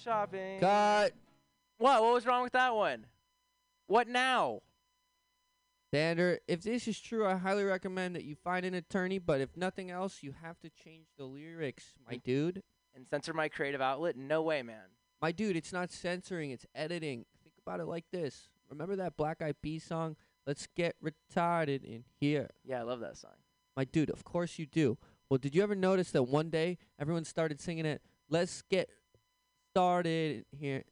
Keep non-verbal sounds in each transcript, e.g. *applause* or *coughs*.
shopping. Cut. What? What was wrong with that one? What now? Dander, if this is true, I highly recommend that you find an attorney, but if nothing else, you have to change the lyrics, my Mm. dude. And censor my creative outlet? No way, man. My dude, it's not censoring, it's editing. Think about it like this. Remember that Black Eyed Peas song? Let's get retarded in here. Yeah, I love that song. My dude, of course you do. Well, did you ever notice that one day everyone started singing it? Let's get started in here.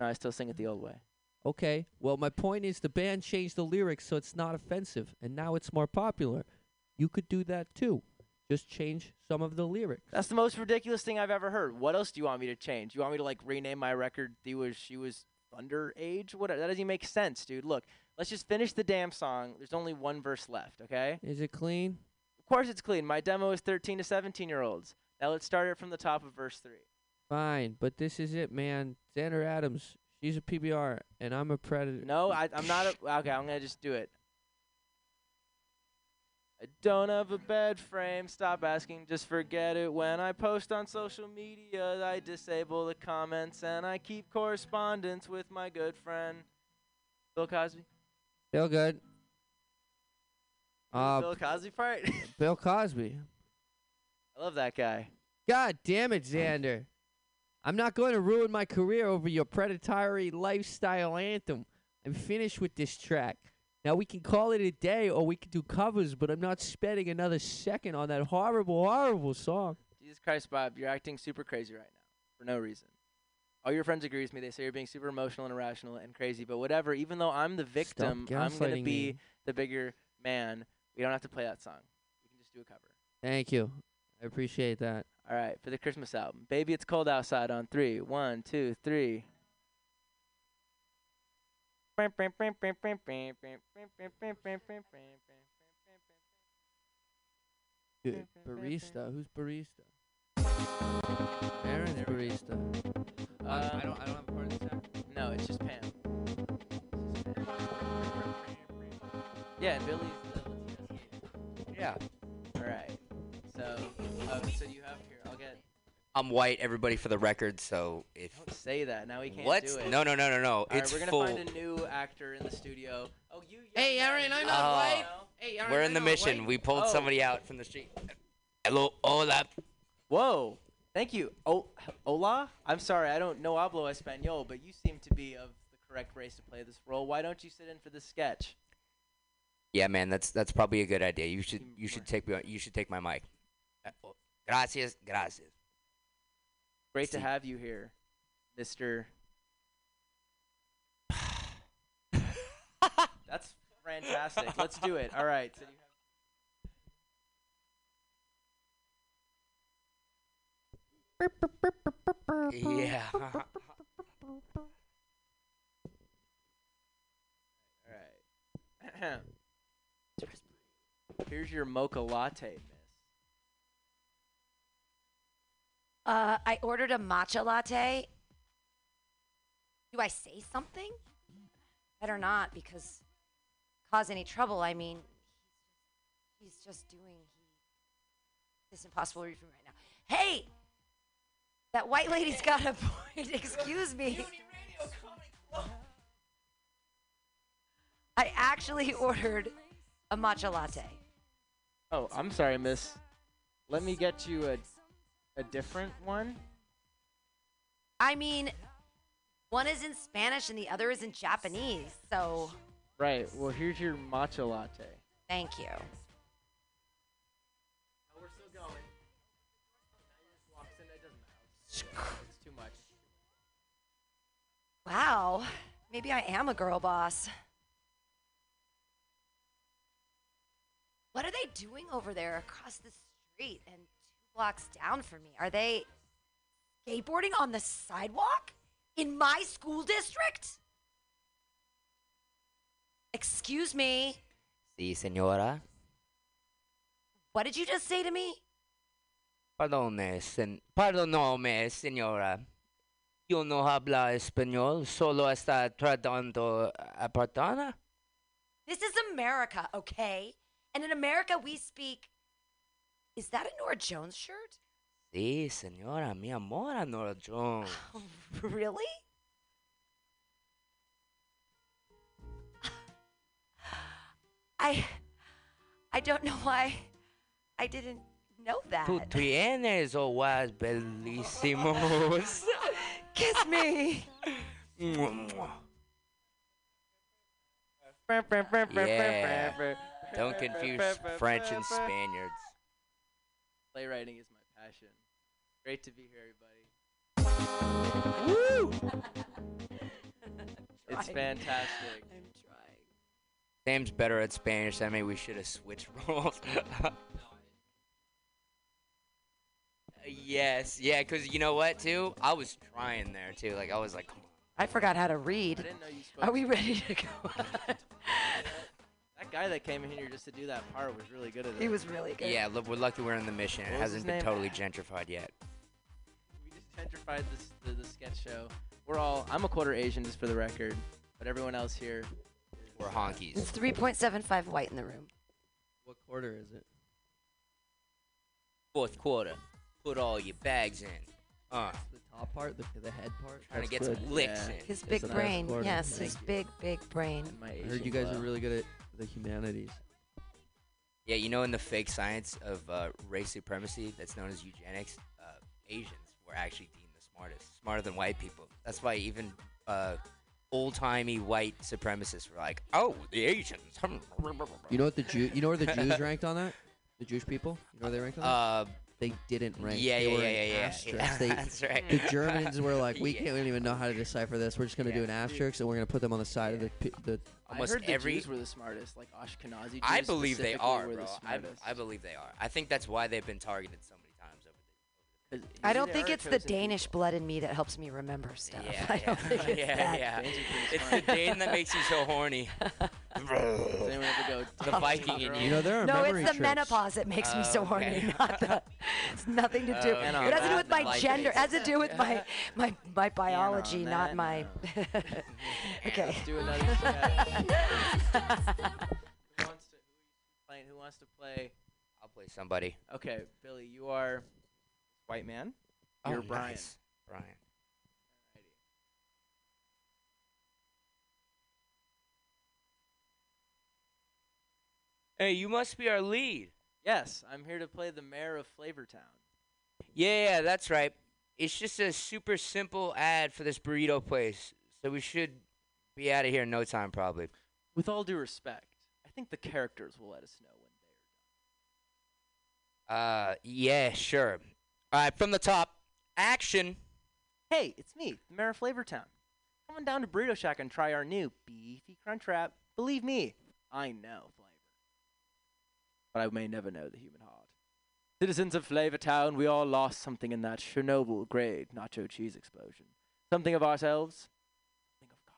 No, I still sing it the old way. Okay. Well, my point is the band changed the lyrics so it's not offensive, and now it's more popular. You could do that too. Just change some of the lyrics. That's the most ridiculous thing I've ever heard. What else do you want me to change? You want me to like rename my record? He was she was underage. What? That doesn't even make sense, dude. Look, let's just finish the damn song. There's only one verse left. Okay. Is it clean? Of course it's clean. My demo is 13 to 17 year olds. Now let's start it from the top of verse three. Fine, but this is it, man. Xander Adams, she's a PBR, and I'm a predator. No, I, I'm not. A, okay, I'm gonna just do it. I don't have a bed frame. Stop asking. Just forget it. When I post on social media, I disable the comments and I keep correspondence with my good friend Bill Cosby. Feel good. The Uh, Bill Cosby part. *laughs* Bill Cosby. I love that guy. God damn it, Xander. I'm not going to ruin my career over your predatory lifestyle anthem. I'm finished with this track. Now we can call it a day or we can do covers, but I'm not spending another second on that horrible, horrible song. Jesus Christ, Bob, you're acting super crazy right now for no reason. All your friends agree with me. They say you're being super emotional and irrational and crazy, but whatever. Even though I'm the victim, I'm gonna gaslighting be me. the bigger man. We don't have to play that song. We can just do a cover. Thank you. I appreciate that. All right, for the Christmas album, "Baby It's Cold Outside" on three, one, two, three. Dude, barista. Who's barista? Aaron's barista. Uh, don't. I don't have a part of this. No, it's just Pam. It's just Pam. Yeah, and Billy's the Latina Yeah. All right. So, oh, so you have here. I'll get. I'm white, everybody, for the record. So if Don't say that. Now we can't what? do it. No, no, no, no, no. All right, it's we're gonna full. find a new actor in the studio. Oh, you. young Hey, man, Aaron, you I'm not know. white. Hey, Aaron, Ah. we're I in the know, mission. wait. We pulled Oh. somebody out from the street. Hello, hola. Whoa. Thank you. Oh, hola. I'm sorry. I don't know hablo español, but you seem to be of the correct race to play this role. Why don't you sit in for this sketch? Yeah, man, that's that's probably a good idea. You should Even you should more. take me. You should take my mic. Uh, oh, Gracias, gracias. Great to See. have you here, *laughs* Mister. That's fantastic. Let's do it. All right. So you have- Yeah. All right. *clears throat* Here's your mocha latte, miss. Uh, I ordered a matcha latte. Do I say something? Better not because cause any trouble. I mean, he's just doing he, this impossible read from right now. Hey, that white lady's got a point. *laughs* Excuse me. I actually ordered a matcha latte. Oh, I'm sorry, miss. Let me get you a a different one. I mean, one is in Spanish and the other is in Japanese. So Right. Well, here's your matcha latte. thank you. we're still going. It doesn't matter. It's too much. Wow. Maybe I am a girl boss. What are they doing over there across the street and two blocks down from me? Are they skateboarding on the sidewalk in my school district? Excuse me. Sí, señora. What did you just say to me? Perdone, sen- perdonome, señora. Yo no habla español, solo está tratando a perdona. This is America, okay? And in America, we speak. Is that a Nora Jones shirt? Sí, señora, mi amor, Nora Jones. *laughs* Really? I I don't know why I didn't know Ah. that. Tú tienes ojos bellísimos. *laughs* Kiss me. Yeah. *laughs* Don't confuse French and Spaniards. Playwriting is my passion. Great to be here, everybody. Woo! It's Trying. fantastic. I'm trying. Sam's better at Spanish than me. We should have switched *laughs* roles. yes, yeah, because you know what, too? I was trying there, too. Like, I was like, come on. I forgot how to I read. didn't know you spoke. Are we ready to go? *laughs* that guy that came in here just to do that part was really good at it. he was really good. Yeah, look, we're lucky we're in the mission. It What was his hasn't been name? totally gentrified yet. We just gentrified this the, the sketch show. We're all Oh, I'm a quarter Asian just for the record, but everyone else here is, We're uh, honkies. It's 3.75 white in the room. What quarter is it? Fourth quarter. Put all your bags in. Uh, The top part, the, the head part. trying That's to get good. some licks Yeah. in. His big the best brain. quarter. Yes, Thank his you. big, big brain. in my I Asian heard you guys blood. are really good at the humanities. Yeah, you know, in the fake science of uh, race supremacy that's known as eugenics, uh, Asians were actually deemed the smartest, smarter than white people. That's why even uh, old timey white supremacists were like, oh, the Asians. *laughs* hmm." You know what the Jew? You know where the *laughs* Jews ranked on that? The Jewish people? You know where they ranked on that? Uh, They didn't rank. yeah, They yeah, were yeah, an yeah, yeah. asterisk. yeah. *laughs* They- that's right. the Germans were *laughs* like, we Yeah. can't we don't even know how to decipher this. We're just gonna do Yeah. an asterisk and we're gonna put them on the side of the, p- the. I Almost heard the every Jews were the smartest, like Ashkenazi Jews. I believe they specifically are, were the bro. I, smartest. I believe they are. I think that's why they've been targeted so many times over the 'Cause I usually don't they think are it's the chosen Danish people. blood in me that helps me remember stuff. Yeah, *laughs* I don't yeah. think it's *laughs* Yeah, that. yeah. Danes are pretty *laughs* It's the smart. Dane that makes you so horny. Does anyone ever go *laughs* The "Damn, Viking Uh, in girl?" You know, there are No, it's memory the trips. menopause that makes me so Oh, Okay. Oh, horny. Not the, it's nothing to do. Okay. It has to do with my Like gender. It this. has to do with *laughs* my my my on biology, not that my. *laughs* okay. Let's *laughs* do another sketch. Who wants to, who's playing? Who wants to play? I'll play somebody. Okay, Billy, you are white man. You're Brian. Oh, nice. Brian. Hey, you must be our lead. Yes, I'm here to play the mayor of Flavortown. Yeah, yeah, that's right. It's just a super simple ad for this burrito place, so we should be out of here in no time, probably. With all due respect, I think the characters will let us know when they're Uh, yeah, sure. All right, from the top, action. done. Hey, it's me, the mayor of Flavortown. Come on down to Burrito Shack and try our new beefy crunch wrap. Believe me, I know flavor. But I may never know the human heart. Citizens of Flavortown, we all lost something in that Chernobyl grade nacho cheese explosion. Something of ourselves, something of God.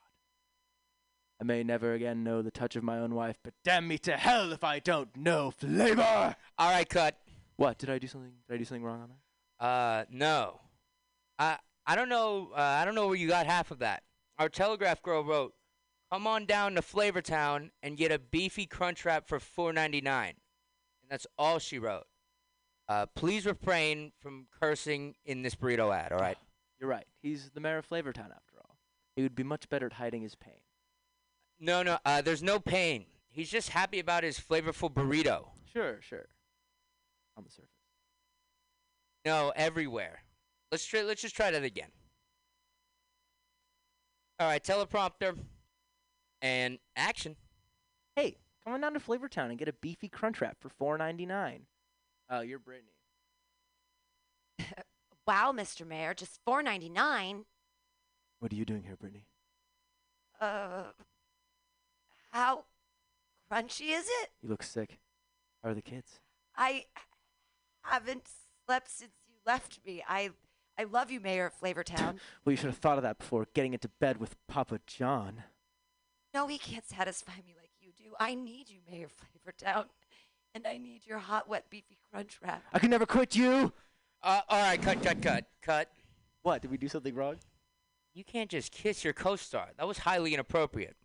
I may never again know the touch of my own wife, but damn me to hell if I don't know flavor! All right, cut. What? Did I do something? Did I do something wrong on that? Uh, no. I I don't know. Uh, I don't know where you got half of that. Our telegraph girl wrote, "Come on down to Flavortown and get a beefy crunch wrap for $4.99," and that's all she wrote. Uh, please refrain from cursing in this burrito ad. All right. *sighs* You're right. He's the mayor of Flavortown, after all. He would be much better at hiding his pain. No, no. Uh, there's no pain. He's just happy about his flavorful burrito. Sure, sure. On the surface. No, everywhere. Let's try. Let's just try that again. All right, teleprompter, and action. Hey, come on down to Flavortown and get a beefy crunch wrap for four ninety nine. Oh, you're Brittany. Wow, Mr. Mayor, just four ninety nine. What are you doing here, Brittany? Uh, how crunchy is it? You look sick. How are the kids? I haven't slept since you left me. I I love you, Mayor of *clears throat* Flavortown. Well, you should have thought of that before getting into bed with Papa John. no, he can't satisfy me like you do. I need you, Mayor of Flavortown, and I need your hot, wet, beefy crunch wrap. I could never quit you. Uh, all right, cut, cut, cut, cut. What? Did we do something wrong? You can't just kiss your co-star. That was highly inappropriate.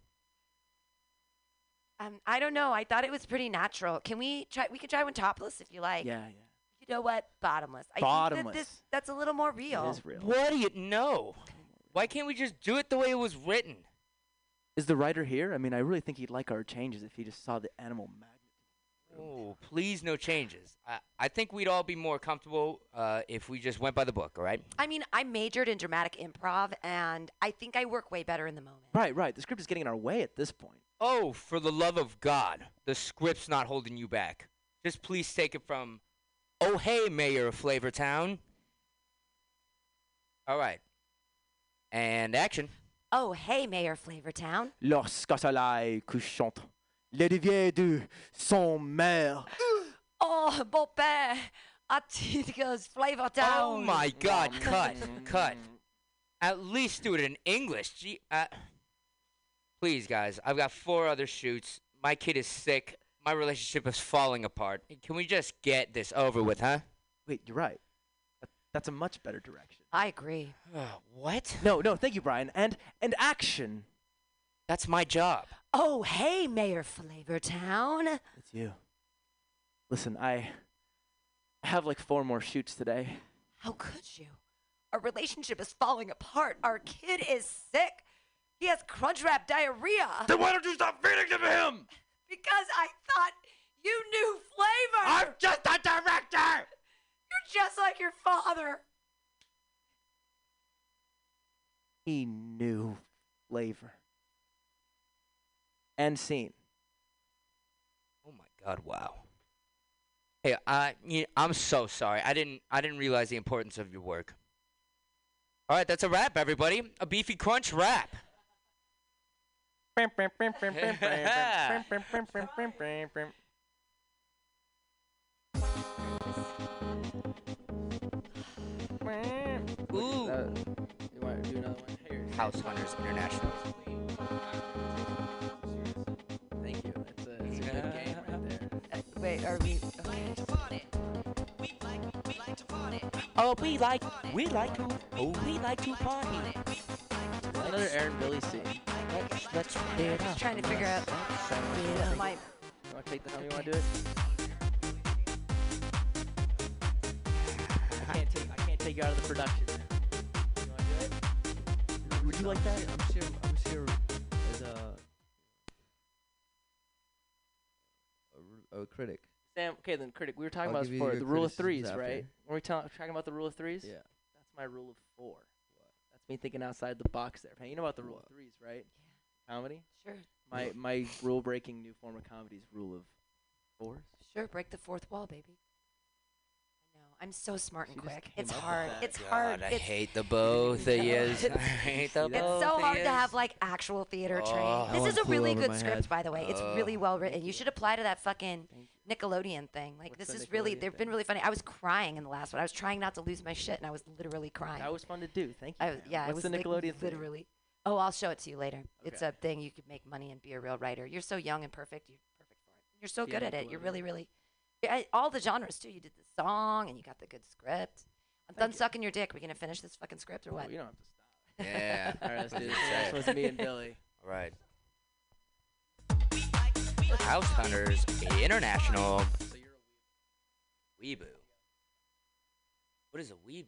Um, I don't know. I thought it was pretty natural. Can we try? We can try one topless if you like. yeah, yeah. You know what? Bottomless. I think that this, Bottomless. that's a little more real. It is real. What do you know? Why can't we just do it the way it was written? Is the writer here? I mean, I really think he'd like our changes if he just saw the animal magnet. Oh, please, no changes. I, I think we'd all be more comfortable uh, if we just went by the book, all right? I mean, I majored in dramatic improv, and I think I work way better in the moment. Right, right. The script is getting in our way at this point. Oh, for the love of God, the script's not holding you back. Just please take it from, oh, hey, Mayor of Flavortown. All right. And action. Oh, hey, Mayor Flavortown. Lorsque soleil couchant, l'évier de son mère. Oh, beau père. It goes Flavortown. Oh my God, cut, cut. At least do it in English. Gee, uh, please, guys, I've got four other shoots. My kid is sick. My relationship is falling apart. Can we just get this over with, huh? Wait, you're right. That- That's a much better direction. I agree. Uh, what? No, no, thank you, Brian. And and action. That's my job. Oh, hey, Mayor Flavortown. It's you. Listen, I I have like four more shoots today. How could you? Our relationship is falling apart. Our kid is sick. He has crunch wrap diarrhea Then why don't you stop feeding them to him? because I thought you knew flavor. just a director. You're just like your *sighs* father. He knew flavor. End scene. Oh my God! Wow. Hey, I y- I'm so sorry. I didn't I didn't realize the importance of your work. All right, that's a wrap, everybody. A beefy crunch wrap. Ooh. you want to do another one? Here. House Hunters International. Thank you. It's a, it's a good good game game right there. Uh, wait, are we? Oh, we like we like to oh we like to party. Another Aaron Billy scene. You Let's let's get Just trying to figure out my. want to take the helm? You want to do it? I can't take. I can't take you out of the production. man. You want to do it? Would you like that? I'm sure. I'm sure. As a, a, r- a critic. Sam, okay, then critic. We were talking I'll about give this you before your the rule of criticisms threes, after. right? Were we ta- talking about the rule of threes? Yeah. That's my rule of four. That's me thinking outside the box there. Hey, you know about the rule of threes, right? Comedy. Sure, My my rule breaking new form of comedy is rule of fours. sure. Break the fourth wall, baby. I know. I'm so smart and She just quick. came It's up with hard. that. It's hard. I it's hate the both *laughs* of yous. *laughs* I It's- hate the both it's It's of so hard to yous. have like actual theater Oh. training. That This is one a flew really over good my script, head. by the way. It's Oh. really well written. You should apply to that fucking Thank you. Nickelodeon thing. Like What's this the is really Nickelodeon they've thing? been really funny. I was crying in the last one. I was trying not to lose my shit, and I was literally crying. That was fun to do. Thank you. I was, ma'am. yeah, I was What's the like, Nickelodeon thing? literally. Oh, I'll show it to you later. It's Okay. a thing you could make money and be a real writer. You're so young and perfect. You're perfect for it. You're so Yeah, good at it. You're Nickelodeon. really, really yeah, I- all the genres too. You did the song and you got the good script. I'm done Thank you. sucking your dick. We gonna finish this fucking script or Oh, what? you don't have to stop. *laughs* Yeah. All right, let's do this. Yeah. Next one's me and Billy. All right. House Hunters International. So you're Weeboo. What is a weeboo?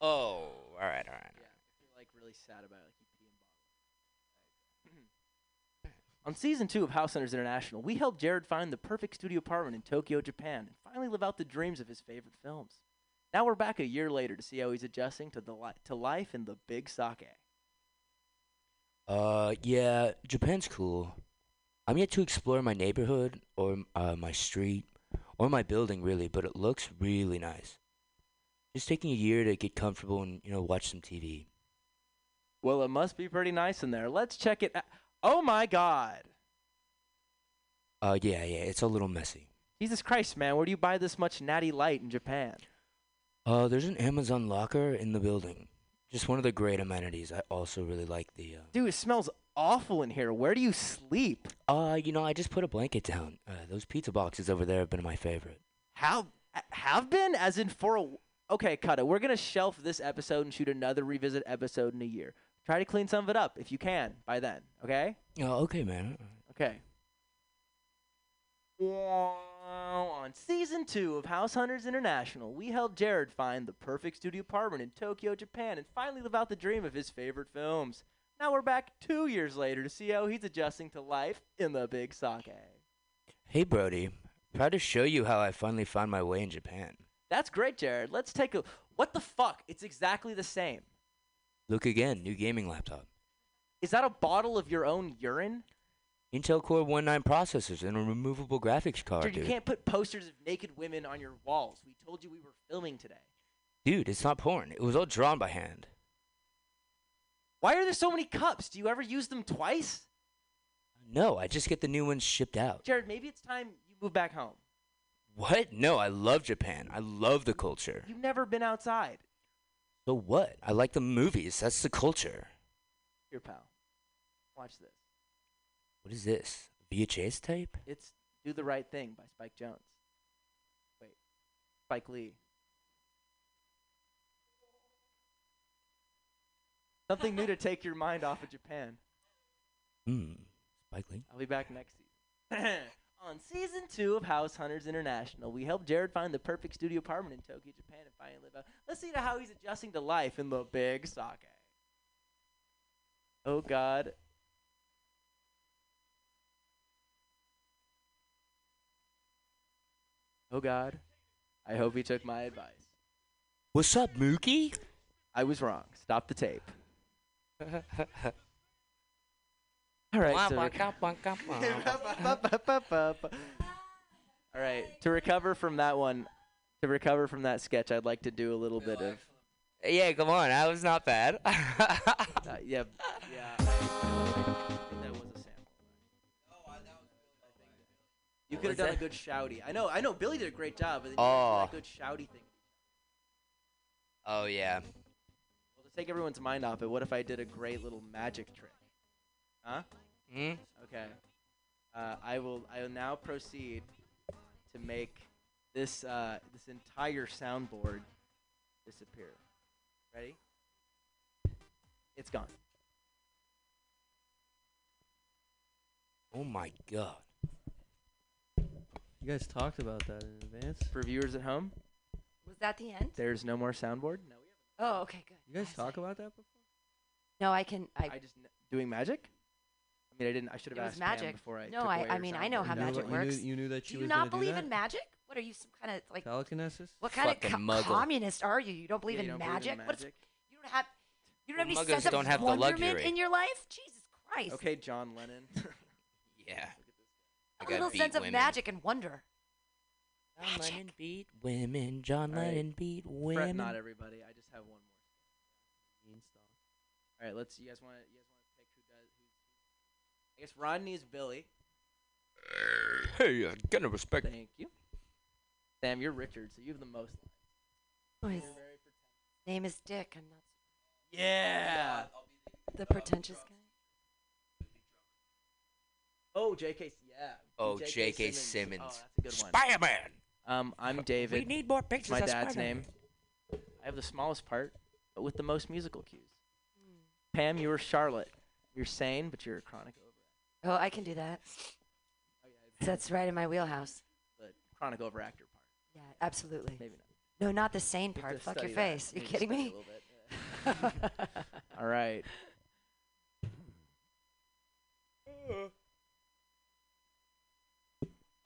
Oh, all right, all right. all right. yeah, if you're like really sad about it, like you pee in bottles. On season two of House Hunters International, we helped Jared find the perfect studio apartment in Tokyo, Japan, and finally live out the dreams of his favorite films. Now we're back a year later to see how he's adjusting to the li- to life in the big sake. Uh, yeah, Japan's cool. I'm yet to explore my neighborhood or uh, my street or my building really, but it looks really nice. Just taking a year to get comfortable and you know watch some TV. Well, it must be pretty nice in there. Let's check it. out. Oh my God! Uh, yeah, yeah, it's a little messy. Jesus Christ, man, where do you buy this much natty light in Japan? Uh, there's an Amazon locker in the building. Just one of the great amenities. I also really like the. Dude, it smells awful in here. Where do you sleep? Uh, uh you know, I just put a blanket down. Uh, those pizza boxes over there have been my favorite. How have been as in for a okay, cut it. We're gonna shelf this episode and shoot another revisit episode in a year. Try to clean some of it up if you can by Uh, then. Okay. Oh, okay, man. Okay. on season two of House Hunters International, we helped Jared find the perfect studio apartment in Tokyo, Japan, and finally live out the dream of his favorite films. Now we're back two years later to see how he's adjusting to life in the big sake. Hey, Brody. Proud to show you how I finally found my way in Japan. That's great, Jared. Let's take a. What the fuck? It's exactly the same. Look again, new gaming laptop. Is that a bottle of your own urine? Intel Core 19 processors and a removable graphics card, Dude, Oh, dude. you can't put posters of naked women on your walls. We told you we were filming today. Dude, it's not porn. It was all drawn by hand. Why are there so many cups? Do you ever use them twice? No, I just get the new ones shipped out. Jared, maybe it's time you move back home. What? No, I love Japan. I love the culture. You've never been outside. So what? I like the movies. That's the culture. Here, pal. Watch this. What is this? VHS tape? It's Do the Right Thing by Spike Jones. Wait. Spike Lee. Something new to take your mind off of Japan. Hmm. Spike Lee? I'll be back next season. *coughs* On season two of House Hunters International, we help Jared find the perfect studio apartment in Tokyo, Japan, and finally live out. Let's see how he's adjusting to life in the big sake. Oh God. Oh God. I hope he took my advice. What's up, Mookie? I was wrong. Stop the tape. *laughs* All right. so- *laughs* All right. To recover from that one, to recover from that sketch, I'd like to do a little bit of. yeah, come on. That was not bad. *laughs* Uh, yeah. Yeah. I think that was a sample. You could have was done a that? good shouty. I know. I know. Billy did a great job, but then Oh. you could have done a good shouty thing. oh, yeah. Well, to take everyone's mind off it, what if I did a great little magic trick? Huh? Hmm? Okay. Uh, I will. I will now proceed to make this uh, this entire soundboard disappear. Ready? It's gone. Oh, my God. You guys talked about that in advance. For viewers at home, Was that the end? there's no more soundboard. No, we Oh, okay, good. You guys I was talk like, about that before? No, I can. I, I just doing magic. I mean, I didn't. I should It have was asked Pam magic. before I. No, took I- away I her mean, I know soundboard. how You knew- magic you works. Knew, you knew that she do you was not gonna believe do that? in magic? What are you, some kind of like? telekinesis? What kind of Fucking co- muggle. communist are you? You don't Yeah, believe you in don't believe magic? What if you don't have? You don't Well, have muggers any sense don't of have the wonderment luxury. in your life? Jesus Christ! Okay, John Lennon. *laughs* Yeah. a I got little beat sense of women. magic and wonder. John Magic. Lennon beat women. John All right. Lennon beat Fret women. not, everybody. I just have one more. All right, let's. You guys want to? You guys want to pick who does? Who, I guess Rodney is Billy. Hey, I'm gonna respect. Thank you. Sam, you're Richard, so you have the most. Oh, his name is Dick. I'm not Yeah. the pretentious guy. Oh, J.K. Yeah. Oh, J.K. Simmons. Oh, that's a good one. Spider-Man. Um, I'm David. need more It's pictures. my of dad's Spider-Man. name. I have the smallest part, but with the most musical cues. Hmm. Pam, you were Charlotte. You're sane, but you're a chronic over. Oh, I can do that. That's right in my wheelhouse. But chronic overactor part. Yeah, absolutely. Maybe not. No, not the sane You have part. to Fuck your study that. face. You You need to kidding study a me? little bit. *laughs* All right.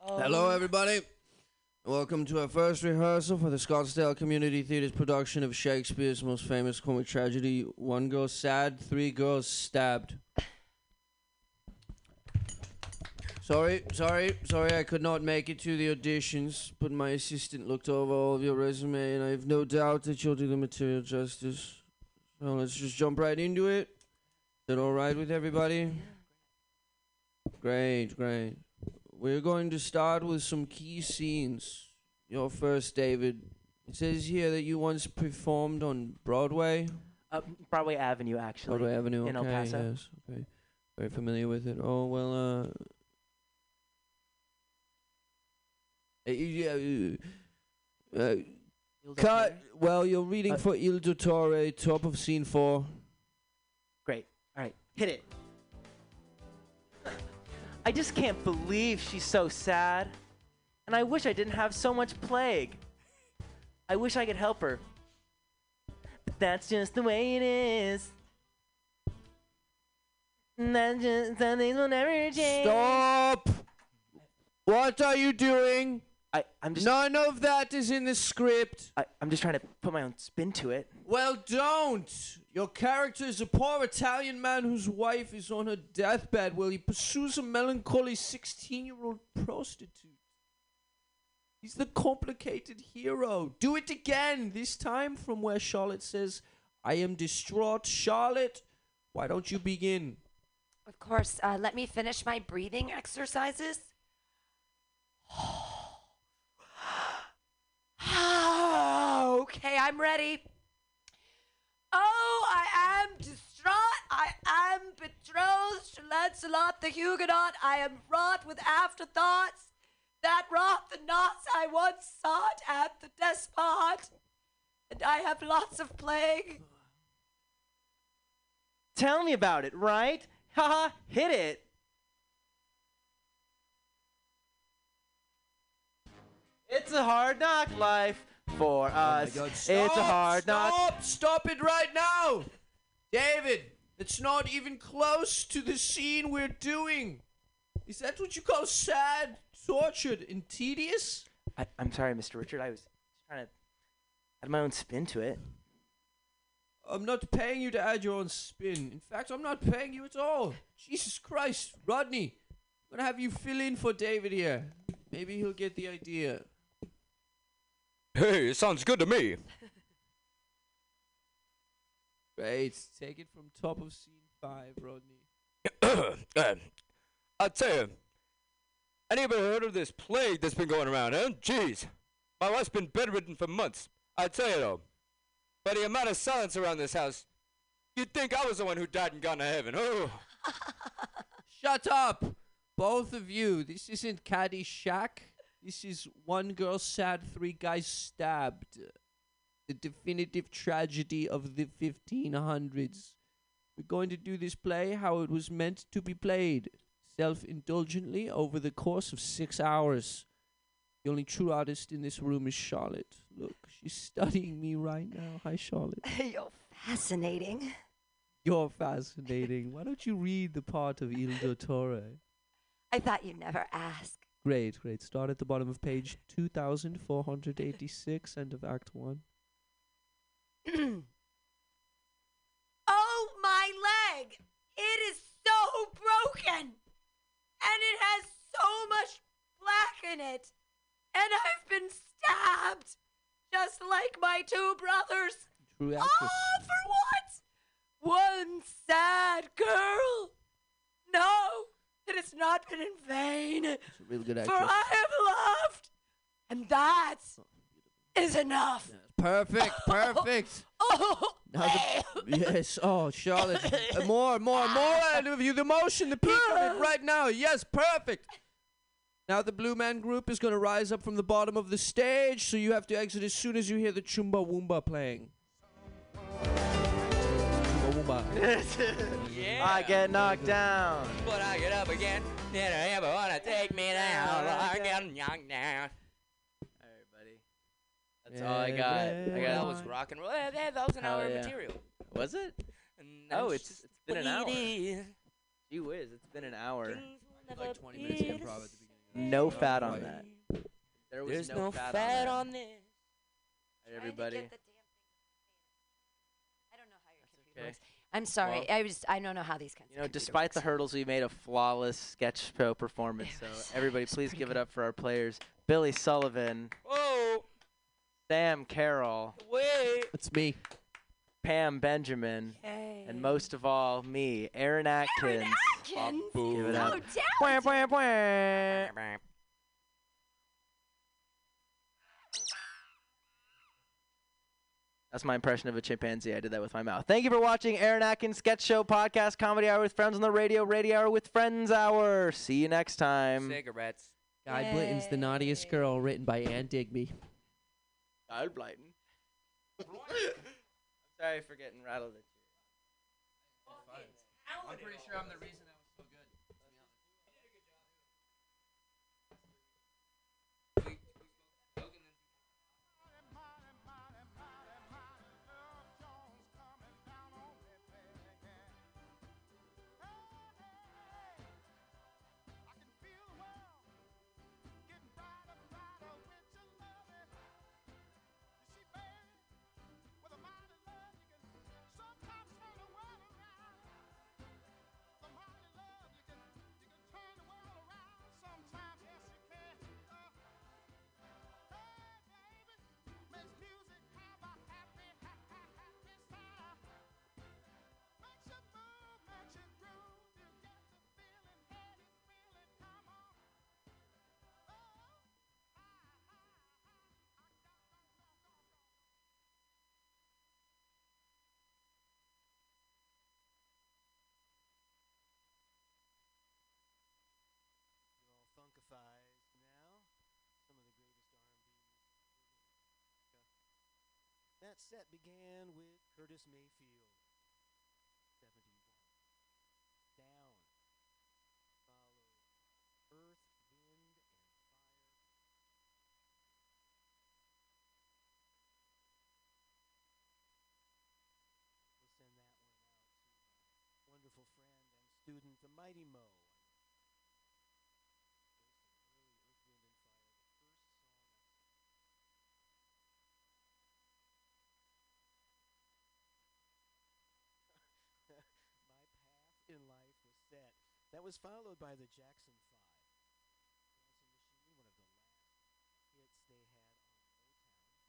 Um, Hello, everybody. Welcome to our first rehearsal for the Scottsdale Community Theater's production of Shakespeare's most famous comic tragedy, One Girl Sad, Three Girls Stabbed. Sorry, sorry, sorry, I could not make it to the auditions, but my assistant looked over all of your resume, and I have no doubt that you'll do the material justice. So let's just jump right into it. Is that all right with everybody? Great, great. We're going to start with some key scenes. Your first, David. It says here that you once performed on Broadway. Up Broadway Avenue, Uh, actually. Broadway Avenue. in El okay, Paso. Yes, okay. Very familiar with it. Oh, well, uh. uh, you- uh, uh, cut. Well, you're reading Uh, for Il Dottore, top of scene four. Great. All right, hit it. I just can't believe she's so sad. and I wish I didn't have so much plague. I wish I could help her. But that's just the way it is. And That's just, some things will never change. Stop! What are you doing? I, I'm just, None of that is in the script. I, I'm just trying to put my own spin to it. Well, don't! Your character is a poor Italian man whose wife is on her deathbed while he pursues a melancholy 16 year old prostitute. He's the complicated hero. Do it again, this time from where Charlotte says, I am distraught. Charlotte, why don't you begin? Of course, uh, let me finish my breathing exercises. *laughs* okay, I'm ready. Oh, I am distraught. I am betrothed to Lancelot the Huguenot. I am wrought with afterthoughts that wrought the knots I once sought at the despot. And I have lots of plague. Tell me about it, right? *laughs* Haha, hit it. It's a hard knock life Oh for us. it's a hard knock. Stop! Stop it right now! David, it's not even close to the scene we're doing. Is that what you call sad, tortured, and tedious? I, I'm sorry, Mr. Richard. I was trying to add my own spin to it. I'm not paying you to add your own spin. In fact, I'm not paying you at all. Jesus Christ, Rodney. I'm gonna have you fill in for David here. Maybe he'll get the idea. Hey, it sounds good to me. *coughs* Great. Take it from top of scene five, Rodney. Uh, I'd say, anybody heard of this plague that's been going around, eh? Jeez. My wife's been bedridden for months. I'd say it though. By the amount of silence around this house, you'd think I was the one who died and gone to heaven. Oh. Shut up, both of you. This isn't Caddyshack. This is one girl sad, three guys stabbed. The definitive tragedy of the 1500s. We're going to do this play how it was meant to be played, self indulgently over the course of six hours. The only true artist in this room is Charlotte. Look, she's studying me right now. Hi, Charlotte. You're fascinating. You're fascinating. Why don't you read the part of Il Dottore? I thought you'd never ask. Great, great. Start at the bottom of page 2486, end of Act 1. *clears throat* oh, my leg! It is so broken! And it has so much black in it! And I've been stabbed! Just like my two brothers! True actress. All for what? One sad girl! No! It has not been in vain! She's a real good For I have loved! And that is enough! *laughs* Perfect, perfect. Oh! Now the- *laughs* yes, oh, Charlotte. uh, More, more, more out of you. The motion, the peak of *laughs* it right now. Yes, perfect. Now the Blue Man Group is going to rise up from the bottom of the stage, so you have to exit as soon as you hear the Chumba Woomba playing. Chumba Woomba. *laughs* Yeah. oh I get knocked down. But I get up again. You don't ever wanna take me down. I get knocked down. All right, buddy. That's all I got. I That got was rock and roll. Yeah, that that was an Hell hour of yeah. material. Was it? And Oh, that's it's it's been an hour. what it is. Gee whiz, it's been an hour. Things will never Like 20 minutes be of the improv at the beginning. No fat Right. on that. There was There's no, fat, on, this. that. All right, I everybody. don't know how your computer okay. works. I'm sorry. I was I don't know how these kinds You know, of computer despite the works. hurdles, we made a flawless sketch show performance. It So was- everybody, it was please pretty give it good. up for our players: Billy Sullivan, Whoa, Sam Carroll, wait. That's me. Pam Benjamin, and most of all, me, Aaron Atkins. Atkins. Give it How up. dare Wah, wah, wah. That's my impression of a chimpanzee. I did that with my mouth. Thank you for watching Aaron Atkins Sketch Show Podcast Comedy Hour with Friends on the Radio, Radio Hour with Friends Hour. See you next time. Cigarettes. Guy Blinton's The Naughtiest Girl, written by Ann Digby. I'll blighten. *laughs* Sorry for getting rattled at you. I'm pretty sure I'm the reason that was so good. That set began with Curtis Mayfield, 71. Down. Followed Earth, Wind, and Fire. We'll send that one out to my wonderful friend and student, the Mighty Mo. I know there's some early Earth, Wind, and Fire, the first song I My path in life was set. That was followed by the Jackson Five. Dancing Machine, one of the last hits they had on Motown.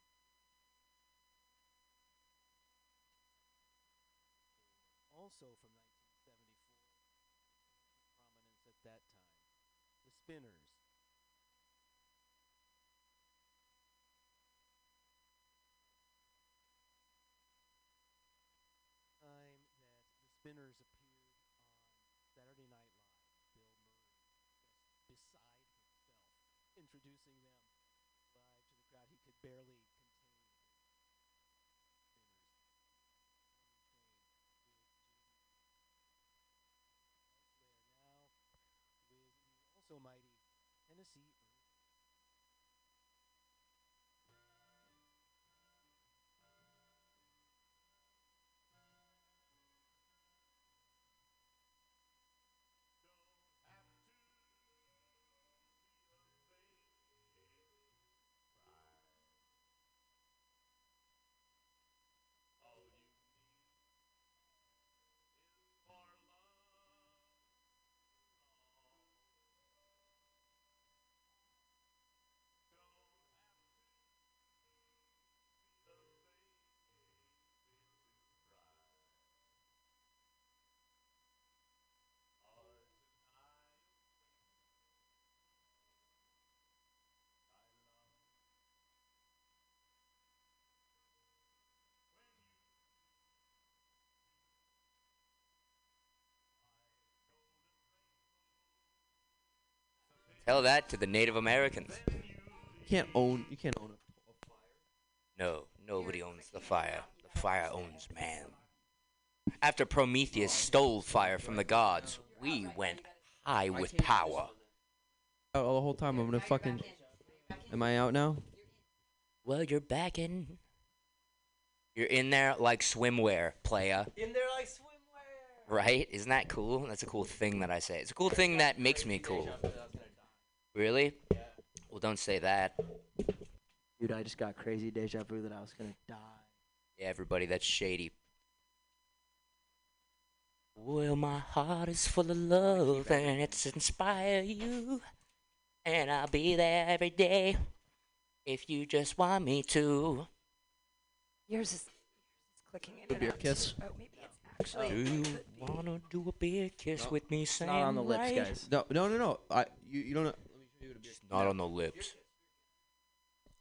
They were Also from 1974, they came to prominence at that time. The Spinners. time that the Spinners appeared on Saturday Night Live, Bill Murray just beside himself, introducing them live to the crowd. He could barely contain his Spinners. Morning Train with J.D. Elsewhere now with the also mighty Tennessee Ernie. Tell that to the Native Americans. You can't own. You can't own a No, nobody owns the fire. The fire owns man. After Prometheus stole fire from the gods, we went high with power. Oh, the whole time I'm gonna fucking. Am I out now? Well, you're back in. You're in there like swimwear, playa. In there like swimwear. Right? Isn't that cool? That's a cool thing that I say. It's a cool thing that makes me cool. Really? Well, don't say that. Dude, I just got crazy deja vu that I was gonna die. Yeah, everybody, that's shady. Well, my heart is full of love and it's inspire you. And I'll be there every day if you just want me to. Yours is it's clicking in and beer out. kiss. Oh, maybe it's actually. Do you wanna do a beer kiss No, with me? It's not on the Sam lips, Wright? guys. No, no, no, no. I. You. You don't. Know. It's not on the lips.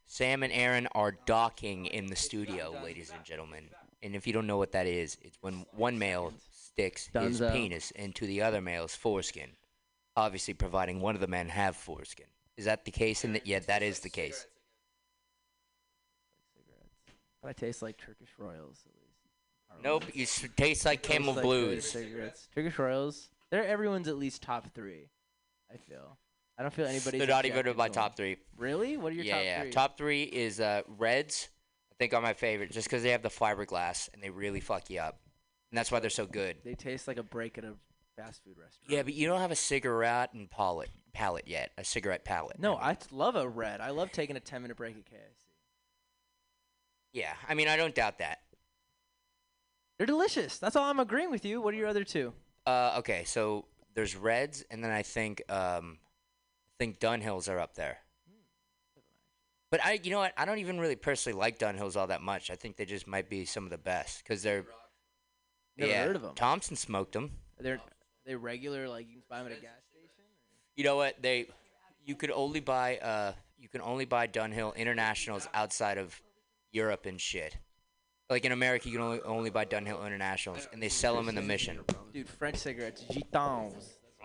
Sam and Aaron are docking in the studio, ladies and gentlemen. And if you don't know what that is, it's when one male sticks his Dunzo. penis into the other male's foreskin, obviously providing one of the men have foreskin. Is that the case? And yeah, that is the case. Cigarettes. But I taste like Turkish Royals at least. Or Nope, Royals. you s- taste like Tastes Camel like those Blues. Cigarettes. Turkish Royals. They're everyone's at least top three. I feel. I don't feel anybody's. They're not even objective my to top them. three. Really? What are your yeah, top yeah. three? Top three is uh, Reds. I think are my favorite, just because they have the fiberglass and they really fuck you up, and that's why they're so good. They taste like a break at a fast food restaurant. Yeah, but you don't have a cigarette and palate palate yet. A cigarette palate. No, mean. I t- love a red. I love taking a 10 minute break at KFC. Yeah, I mean, I don't doubt that. They're delicious. That's all I'm agreeing with you. What are your other two? Uh, okay, so there's Reds, and then I think um, I think Dunhills are up there. But I, you know what? I don't even really personally like Dunhills all that much. I think they just might be some of the best because they're. Never yeah, heard of 'em. Thompson smoked them. They're they regular. Like you can buy them at a gas station. You know what? They, you could only buy uh, you can only buy Dunhill Internationals outside of Europe and shit. Like in America, you can only only buy Dunhill Internationals, and they sell them in the Mission. Dude, French cigarettes, gitans.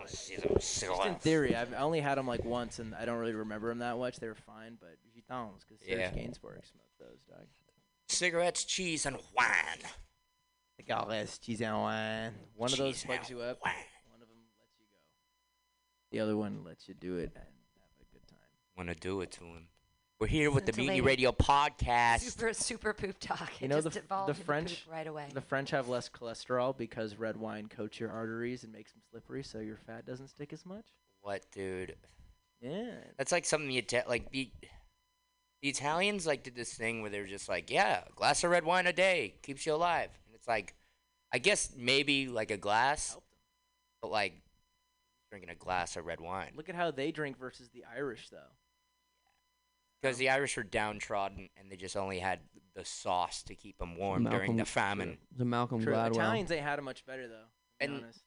Just in Yeah, theory, I've I only had them like once, and I don't really remember them that much. They were fine, but gitans because Serge Yeah. Gainsbourg smoked those, dog. cigarettes, cheese, and wine. Cigars, cheese, and wine. One of those Cheese fucks and you up. wine. One of them lets you go. The other one lets you do it and have a good time. Wanna do it to him? We're here with the Listen to Mutiny Lady. Radio podcast. Super, super poop talk. It You know the just f- the evolved into poop French- right away. The French have less cholesterol because red wine coats your arteries and makes them slippery, so your fat doesn't stick as much. What, dude? Yeah. That's like something the Ita- like the the Italians like did this thing where they were just like, yeah, a glass of red wine a day keeps you alive. And it's like, I guess maybe like a glass, Helped but like drinking a glass of red wine Look at how they drink versus the Irish, though. because the Irish were downtrodden and they just only had the sauce to keep them warm during the famine. The Malcolm True. Gladwell. Italians ain't had it much better, though. To be And- honest.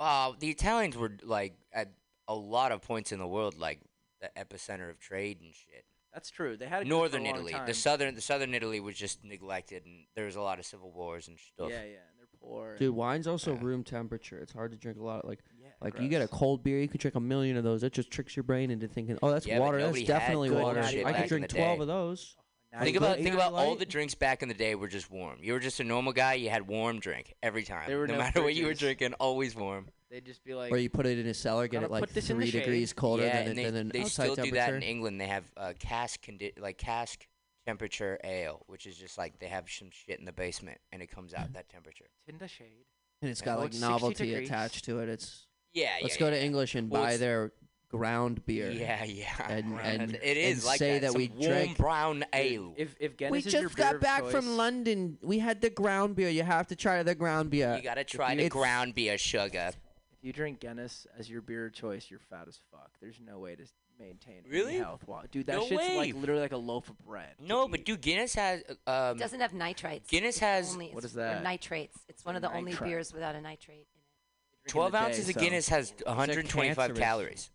Uh, the Italians were like at a lot of points in the world, like the epicenter of trade and shit. That's true. They had it good for Northern a long Italy, time. the southern, the southern Italy was just neglected, and there was a lot of civil wars and Yeah, stuff. yeah. And they're poor. Dude, wine's also Yeah. room temperature. It's hard to drink a lot. Like, and- yeah, like you get a gross. cold beer, you could drink a million of those. That just tricks your brain into thinking, oh, that's Yeah, but water. That's nobody had definitely good water. shit I back could in drink the twelve day. of those. Natty Think Natty about Light. think about all Light. the drinks back in the day were just warm. You were just a normal guy. You had warm drink every time. There were no, no matter what you were fridges. drinking, always warm. They'd just be like, Or you put it in a cellar, get Gotta it like put this in the three shade. degrees colder yeah, than, and it, they, than an they outside still do temperature. that in England. They have uh, cask condi- like cask temperature ale, which is just like they have some shit in the basement and it comes out that temperature. in the shade. and it's Yeah, got well, like it's 60 novelty degrees. attached to it. It's Yeah, let's yeah, go yeah, to yeah. English and Well, buy it's- their ground beer. Yeah, yeah. *laughs* And- and- it is and like say that, that some we warm drank- brown Dude, ale. If if we Guinness is your just got beer of back from choice- London. We had the ground beer. You have to try the ground beer. you gotta try you- *laughs* the it's- ground beer sugar. If you drink Guinness as your beer of choice, you're fat as fuck. There's no way to s- maintain Really? any health. While, dude, that No shit's way. like literally like a loaf of bread. to No, but eat. dude, Guinness has uh, it um, doesn't have nitrates. Guinness It's the has- only, What it's- is that? Or nitrates. It's one of the only Nitrite. beers without a nitrate. Drinking twelve the day, ounces of so- Guinness has cancerous. 125 calories.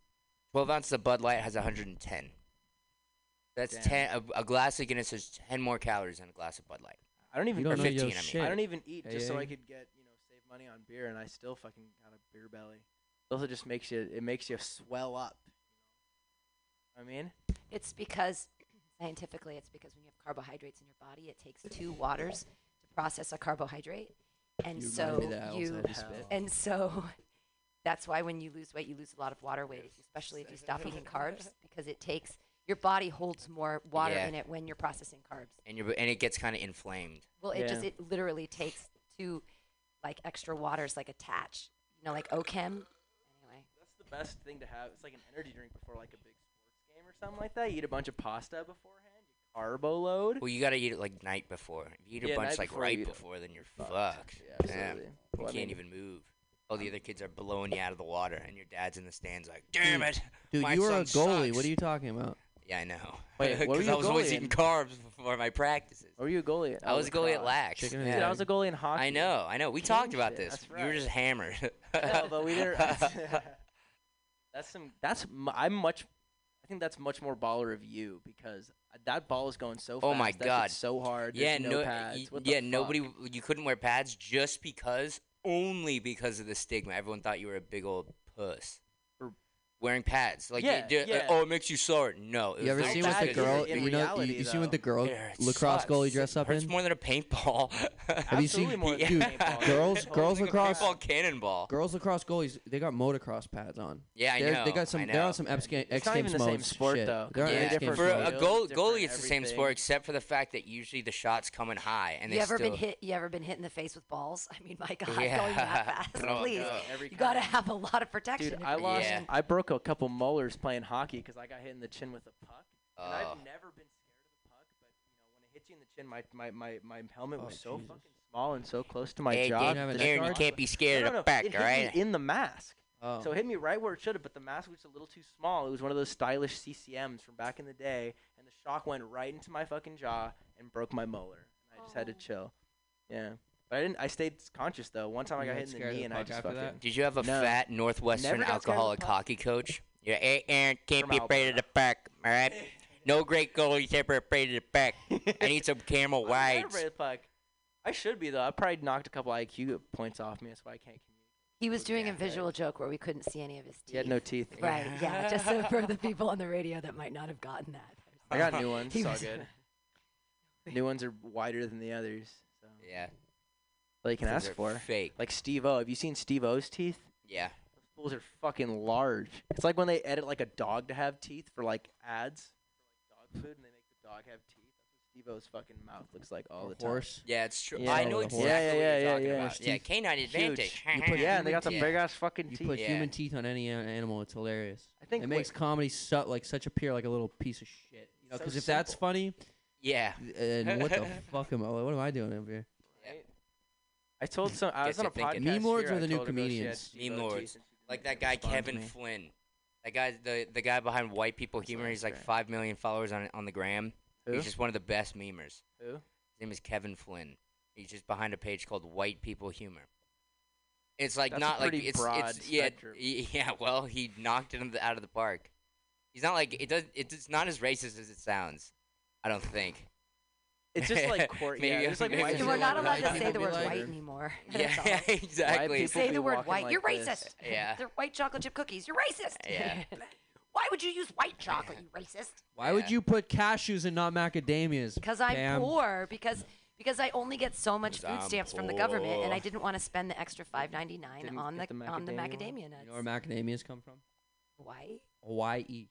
Twelve ounces of Bud Light has 110. That's Damn. ten. A, a glass of Guinness has 10 more calories than a glass of Bud Light. I don't even You don't eat- know your 15, I mean. shit. I don't even eat just so Hey, I hey. could get you know save money on beer, and I still fucking got a beer belly. It also just makes you it makes you swell up. I mean, It's because scientifically, it's because when you have carbohydrates in your body, it takes two waters to process a carbohydrate, and You so reminded me that I almost you had to spit. and so *laughs* that's why when you lose weight, you lose a lot of water weight, especially if you stop eating carbs, because it takes your body holds more water Yeah. in it when you're processing carbs. And you are and it gets kind of inflamed. Well, it just Yeah. it literally takes two like extra waters like attach, you know, like Ochem. Anyway, that's the best thing to have. It's like an energy drink before like a big sports game or something like that. You eat a bunch of pasta beforehand. You carbo load. Well, you gotta eat it like night before. If you eat a Yeah, bunch night like before you right eat it. before, then you're Fucked. fucked. Yeah, Yeah. absolutely. You Well, I can't mean, even move. All the other kids are blowing you out of the water, and your dad's in the stands *clears throat* like, "Damn it, Dude, my you were a son goalie. What sucks." are you talking about? Yeah, I know. Wait, *laughs* what were 'Cause you I a was always goalie eating in? carbs before my practices. Or you a goalie? I was a goalie at last. Lax. Chicken and Dude, egg. yeah. I was a goalie in hockey. I know, I know. We talked King about shit, this. that's You were right. just hammered. *laughs* No, but *laughs* we didn't. *laughs* that's some. That's mu- I'm much. I think that's much more baller of you because that ball is going so. Oh fast. my that shit's God. So hard. yeah, There's no, no, y- pads. What the yeah. Nobody, fuck? you couldn't wear pads just because, only because of the stigma. Everyone thought you were a big old puss. Or- Wearing pads, like, Yeah, you did, yeah. oh, it makes you sore. No, it You ever was not seen what what bad the as it girl? is in You know, reality, you, you seen what though. the girl Yeah, it lacrosse sucks. goalie dress It up hurts in? more than a paintball. *laughs* Have you seen- *laughs* Absolutely more than dude, paintball. girls- Totally girls like a across- paintball. paintball Oh. cannonball. Girls lacrosse goalies, they got motocross pads on. Yeah, I They're- know. They got some. I know. They're on some X, ga- X not even Games the same modes sport, shit. though. They're on Yeah. X Games different for a modes. fields, goal, different goalie, it's the same everything. sport except for the fact that usually the shots coming high and you they ever still. been hit? You ever been hit in the face with balls? I mean, my *laughs* God, Yeah. going *laughs* that *laughs* fast, Oh, please. no. Every You gotta kind. have a lot of protection. Dude, if I you're lost. gonna- Yeah. I broke a couple molars playing hockey because I got hit in the chin with a puck. And Oh. I've never been scared of the puck, but you know when it hits you in the chin, my my my, my helmet was so fucking small and so close to my hey, jaw. Dan- Oh, have a that neck the Aaron, you guard? puck- can't be scared no, of the no, no, back, it all hit me right? in the mask. Oh. So it hit me right where it should have, but the mask was a little too small. It was one of those stylish CCMs from back in the day, and the shock went right into my fucking jaw and broke my molar. And I just had to Oh. chill. Yeah, but I didn't. I stayed conscious though. One time I You got got hit in scared the of knee, the and I puck just after fucking. that? Did you have a No. fat Northwestern Never got scared of the alcoholic puck. hockey coach? Yeah, hey, Aaron, can't From be afraid of the back, all *laughs* right? No great goalie's ever afraid of the back. I need some camel *laughs* I'm not wides. afraid of the puck. I should be though. I probably knocked a couple IQ points off me. That's why I can't. communicate. he was doing Yeah, a right. visual joke where we couldn't see any of his teeth. He had no teeth. Right. Yeah. Just so for the people on the radio that might not have gotten that. *laughs* I got new ones. He It's all was- good. New ones are wider than the others. So. Yeah. Like you can those ask are for. Fake. Like Steve O. Have you seen Steve O's teeth? Yeah. Those fools are fucking large. It's like when they edit like a dog to have teeth for like ads for like dog food, and they make the dog have teeth. That's what Steve O's fucking mouth looks like all the time. horse. Yeah, it's true. Yeah, I know yeah, exactly yeah, what you're yeah, talking yeah, about. those Yeah, teeth. canine advantage. *laughs* Huge. yeah, and they got *laughs* the Yeah. big ass fucking You teeth. put Yeah. human teeth on any an- animal, it's hilarious. I think it makes what- comedy so, like such appear like a little piece of shit. You know, So because if that's simple. funny, Yeah. *laughs* and what the fuck am I? What am I doing over here? *laughs* I told some. I Gets was on you a podcast. thinking. Meme lords here, are I the new told her, bro, she had comedians. Steve Meme O teeth, lords. and she Like didn't that even guy respond to Kevin me. Flynn. That guy, the the guy behind White People Humor. sounds He's like great. five million followers on on the gram. Who? He's just one of the best memers. Who? His name is Kevin Flynn. He's just behind a page called White People Humor. It's like That's a not like pretty it's, broad it's yeah spectrum. y- yeah. Well, he knocked it in the- out of the park. He's not like it does. It's not as racist as it sounds. I don't think. It's just like *laughs* court. Maybe- yeah, there's like maybe white it's You people are White not like allowed that. to people say the be word like- white anymore. That's all. Yeah, exactly. people Say be the word walking white. like You're this. racist. Yeah. They're white chocolate chip cookies. You're racist. Yeah. *laughs* Why would you use white chocolate, you racist? Why would Yeah. you put cashews and not macadamias? Because I'm Damn. poor. Because because I only get so much 'Cause food I'm stamps from the government, and I poor. didn't want to spend the extra five ninety nine Didn't on the, get the on the macadamia macadamia one? nuts. You know where macadamias come from? Why? Hawaii.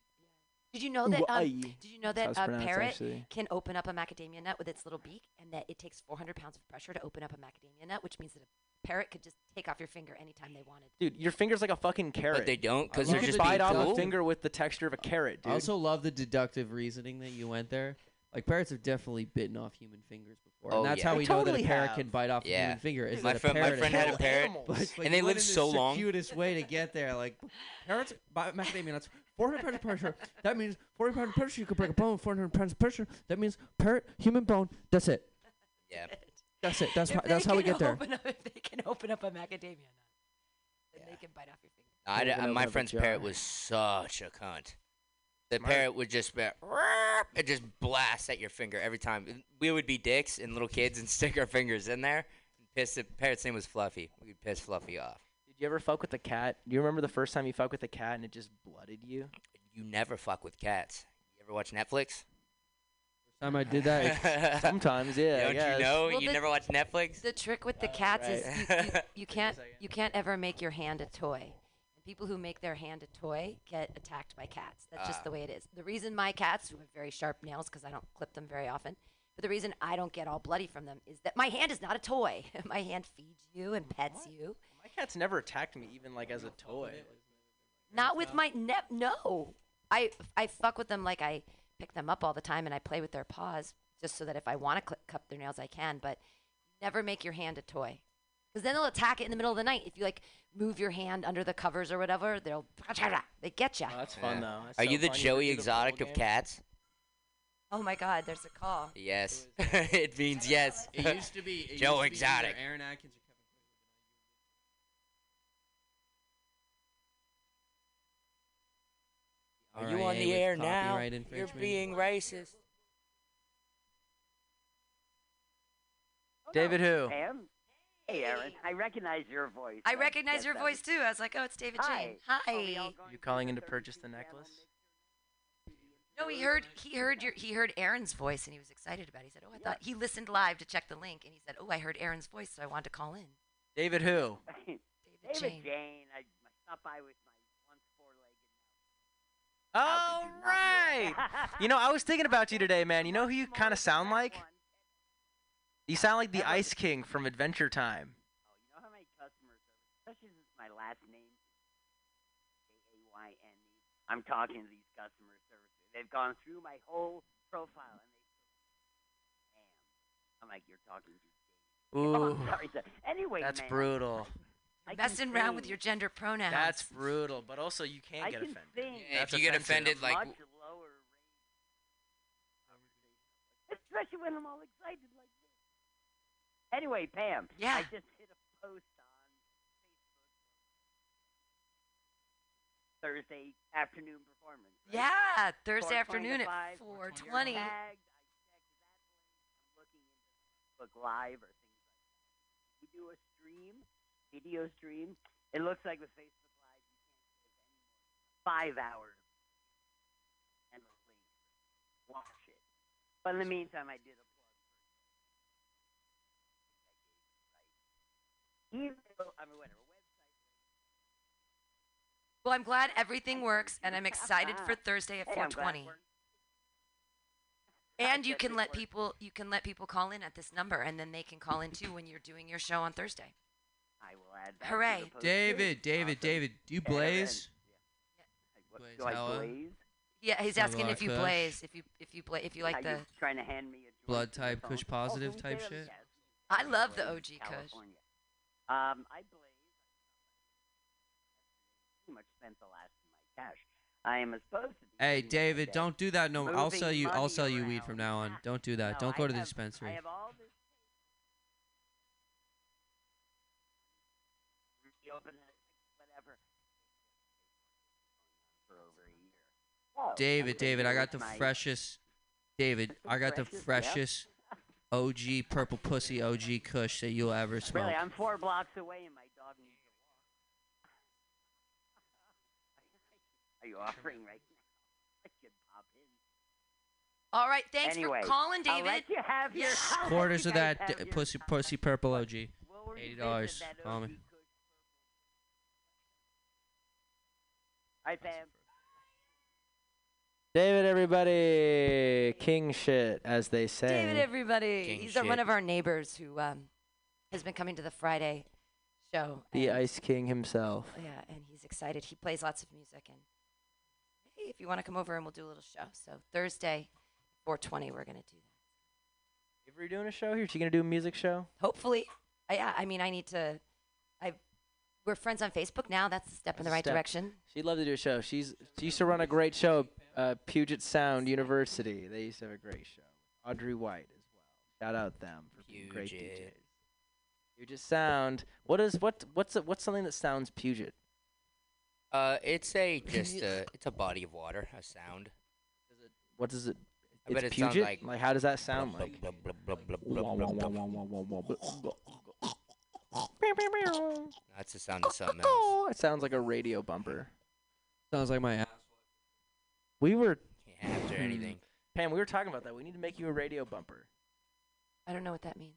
Did you know that? Um, Hawaii. did you know That's that how a it's pronounced, parrot actually. can open up a macadamia nut with its little beak, and that it takes 400 pounds of pressure to open up a macadamia nut, which means that a parrot could just take off your finger anytime they wanted. Dude, your finger's like a fucking carrot. But they don't because love you they're it. could just bite being off cool. a finger with the texture of a carrot, dude. I also love the deductive reasoning that you went there. Like parrots have definitely bitten off human fingers before, Oh, and that's yeah. how They we know that totally a parrot have. can bite off a Yeah. human finger. Is My that friend- a my parrot friend is- had a Kill *laughs* parrot. animals. But, but And they you live went in so this long. Circuitous way to get there, like parrots by macadamia nuts. 400 pounds of *laughs* pressure. That means 400 pounds of pressure. You could break a bone. 400 pounds of pressure. That means parrot, human bone. That's it. Yeah. *laughs* That's it. That's If how, they that's how we can get there. open Up, if they can open up a macadamia nut, then they can bite off your finger. I, Can't d- even open my up a friend's jar. parrot was such a cunt. The Smart. parrot would just be, it just blast at your finger every time. We would be dicks and little kids and stick our fingers in there. And piss the parrot's name was Fluffy. We would piss Fluffy off. Did you ever fuck with a cat? Do you remember the first time you fucked with a cat and it just blooded you? You never fuck with cats. You ever watch Netflix? Time I did that. it- Sometimes, yeah. I Don't guess. you know? Well, you the- never watch Netflix? The trick with the cats *laughs* is you, you, right. you can't second. you can't ever make your hand a toy. And people who make their hand a toy get attacked by cats. That's Ah. just the way it is. The reason my cats who have very sharp nails because I don't clip them very often, but the reason I don't get all bloody from them is that my hand is not a toy. *laughs* my hand feeds you and pets you. My cat's never attacked me, even like as a toy. Not with my ne- no. I I fuck with them like I pick them up all the time and I play with their paws just so that if I want to cl- cup their nails I can, but never make your hand a toy. Cuz then they'll attack it in the middle of the night if you like move your hand under the covers or whatever, they'll *laughs* they get you. Oh, that's fun Yeah. though. That's Are so you the fun. ever Joey do the bubble Exotic of game? cats? Oh my god, there's a call. Yes. it means yes. *laughs* It used to be it Joe used to be either Exotic. Aaron Atkins or Kevin. Are you on RIA the with air now? copyright You're infringement. being racist. David who? Sam? Hey, Aaron. I recognize your voice. I That's- recognize that's- your voice too. I was like, "Oh, it's David Hi. Jane." Are we Hi. all going through You calling in to 32 purchase the necklace? No, he heard he heard your he heard Aaron's voice and he was excited about it. He said, "Oh, I thought he listened live to check the link and he said, "Oh, I heard Aaron's voice, so I wanted to call in." David who? *laughs* David David Jane. Jane. I I stopped by with my once four-legged. How All could you not know? right. *laughs* You know, I was thinking about you today, man. You know who you kind of sound like? You sound like the Ice King from Adventure Time. Oh, you know how many customers are, especially since my last name is J-A-Y-N-E. E. I'm talking to these customer services. They've gone through my whole profile and they Damn. I'm like, you're talking to Oh, Ooh, *laughs* I'm sorry. sir. Anyway, that's man, brutal. I can messing around with sing. your gender pronouns. That's brutal. But also, you can't I get can offended. sing. Yeah, That's if you get offensive. much offended, like, lower range. Especially when I'm all excited like this. Anyway, Pam. Yeah. I just hit a post on Facebook. Thursday afternoon performance. right? yeah, Thursday 4:20 to afternoon at 5, 4:20. Tagged, I checked that link. I'm looking into Facebook Live or things like that. We do a stream, video stream. It looks like with Facebook Live, you can't give any more than five hours and a link. Watch it. But in the meantime, I did a plug for Even though I mean whatever website. Well, I'm glad everything works, and I'm excited for Thursday at Hey, I'm glad 4:20. it worked. And you Yes, can it let worked. people you can let people call in at this number, and then they can call in too when you're doing your show on Thursday. I will add that. to the Hooray. post, too. David, David, Awesome. David, do you And then- blaze? Yeah. What, Blaze do I uh, Hella. blaze? Yeah, he's Have asking a if you kush. blaze, if you if you bla- if you like How the. you trying to hand me a joint Blood through the type, kush phone? Oh, positive can we type say shit? those? Yes. I love the Blaze, OG kush. California. Um, I blaze. Pretty much spent the last of my cash. I am supposed to. Be Hey, using my David, cash. don't do that. No, I'll Moving sell you. I'll money sell you weed around. from now on. Don't do that. No, Don't I go to the have- I dispensary. have all this. You open it, whatever. For over a year. Whoa, David, okay, David, I here's got the my- freshest. David, That's the I got the freshest, yep. freshest OG purple pussy OG Kush that you'll ever smoke. Really, I'm four blocks away, and my dog needs a walk. *laughs* Are you offering right now? *laughs* I could pop in. All right, thanks Anyway, for calling, I'll David. let you have your *laughs* I'll let Quarters you of guys that have d- your- *laughs* pussy pussy purple OG. We'll revisit $80. that Call me. OG cushion. Hi, Pam. David, everybody, king shit, as they say. David, everybody. King He's uh, one shit. of our neighbors who um, has been coming to the Friday show. the and- Ice King himself. Yeah, and he's excited. He plays lots of music. And hey, if you want to come over and we'll do a little show. So Thursday, 420, we're going to do that. If we're doing a show here, is she gonna do a music show? Hopefully. I, yeah, I mean, I need to. I We're friends on Facebook now. That's a step in the That's a right step. direction. She'd love to do a show. She's she used to run a great show, at, uh, Puget Sound University. They used to have a great show. Audrey White as well. Shout out them for being great DJs. Puget. Puget Sound. What is what what's a, what's something that sounds Puget? Uh, it's a just a it's a body of water, a sound. What does it? I bet it's it sounds Puget. like- how does that sound like? Blub, blub, blub, blub, blub, blub, blub, blub. That's the sound of something else. *laughs* It sounds like a radio bumper. Sounds like my ass. We were Can't have it or anything. Pam. We were talking about that. We need to make you a radio bumper. I don't know what that means.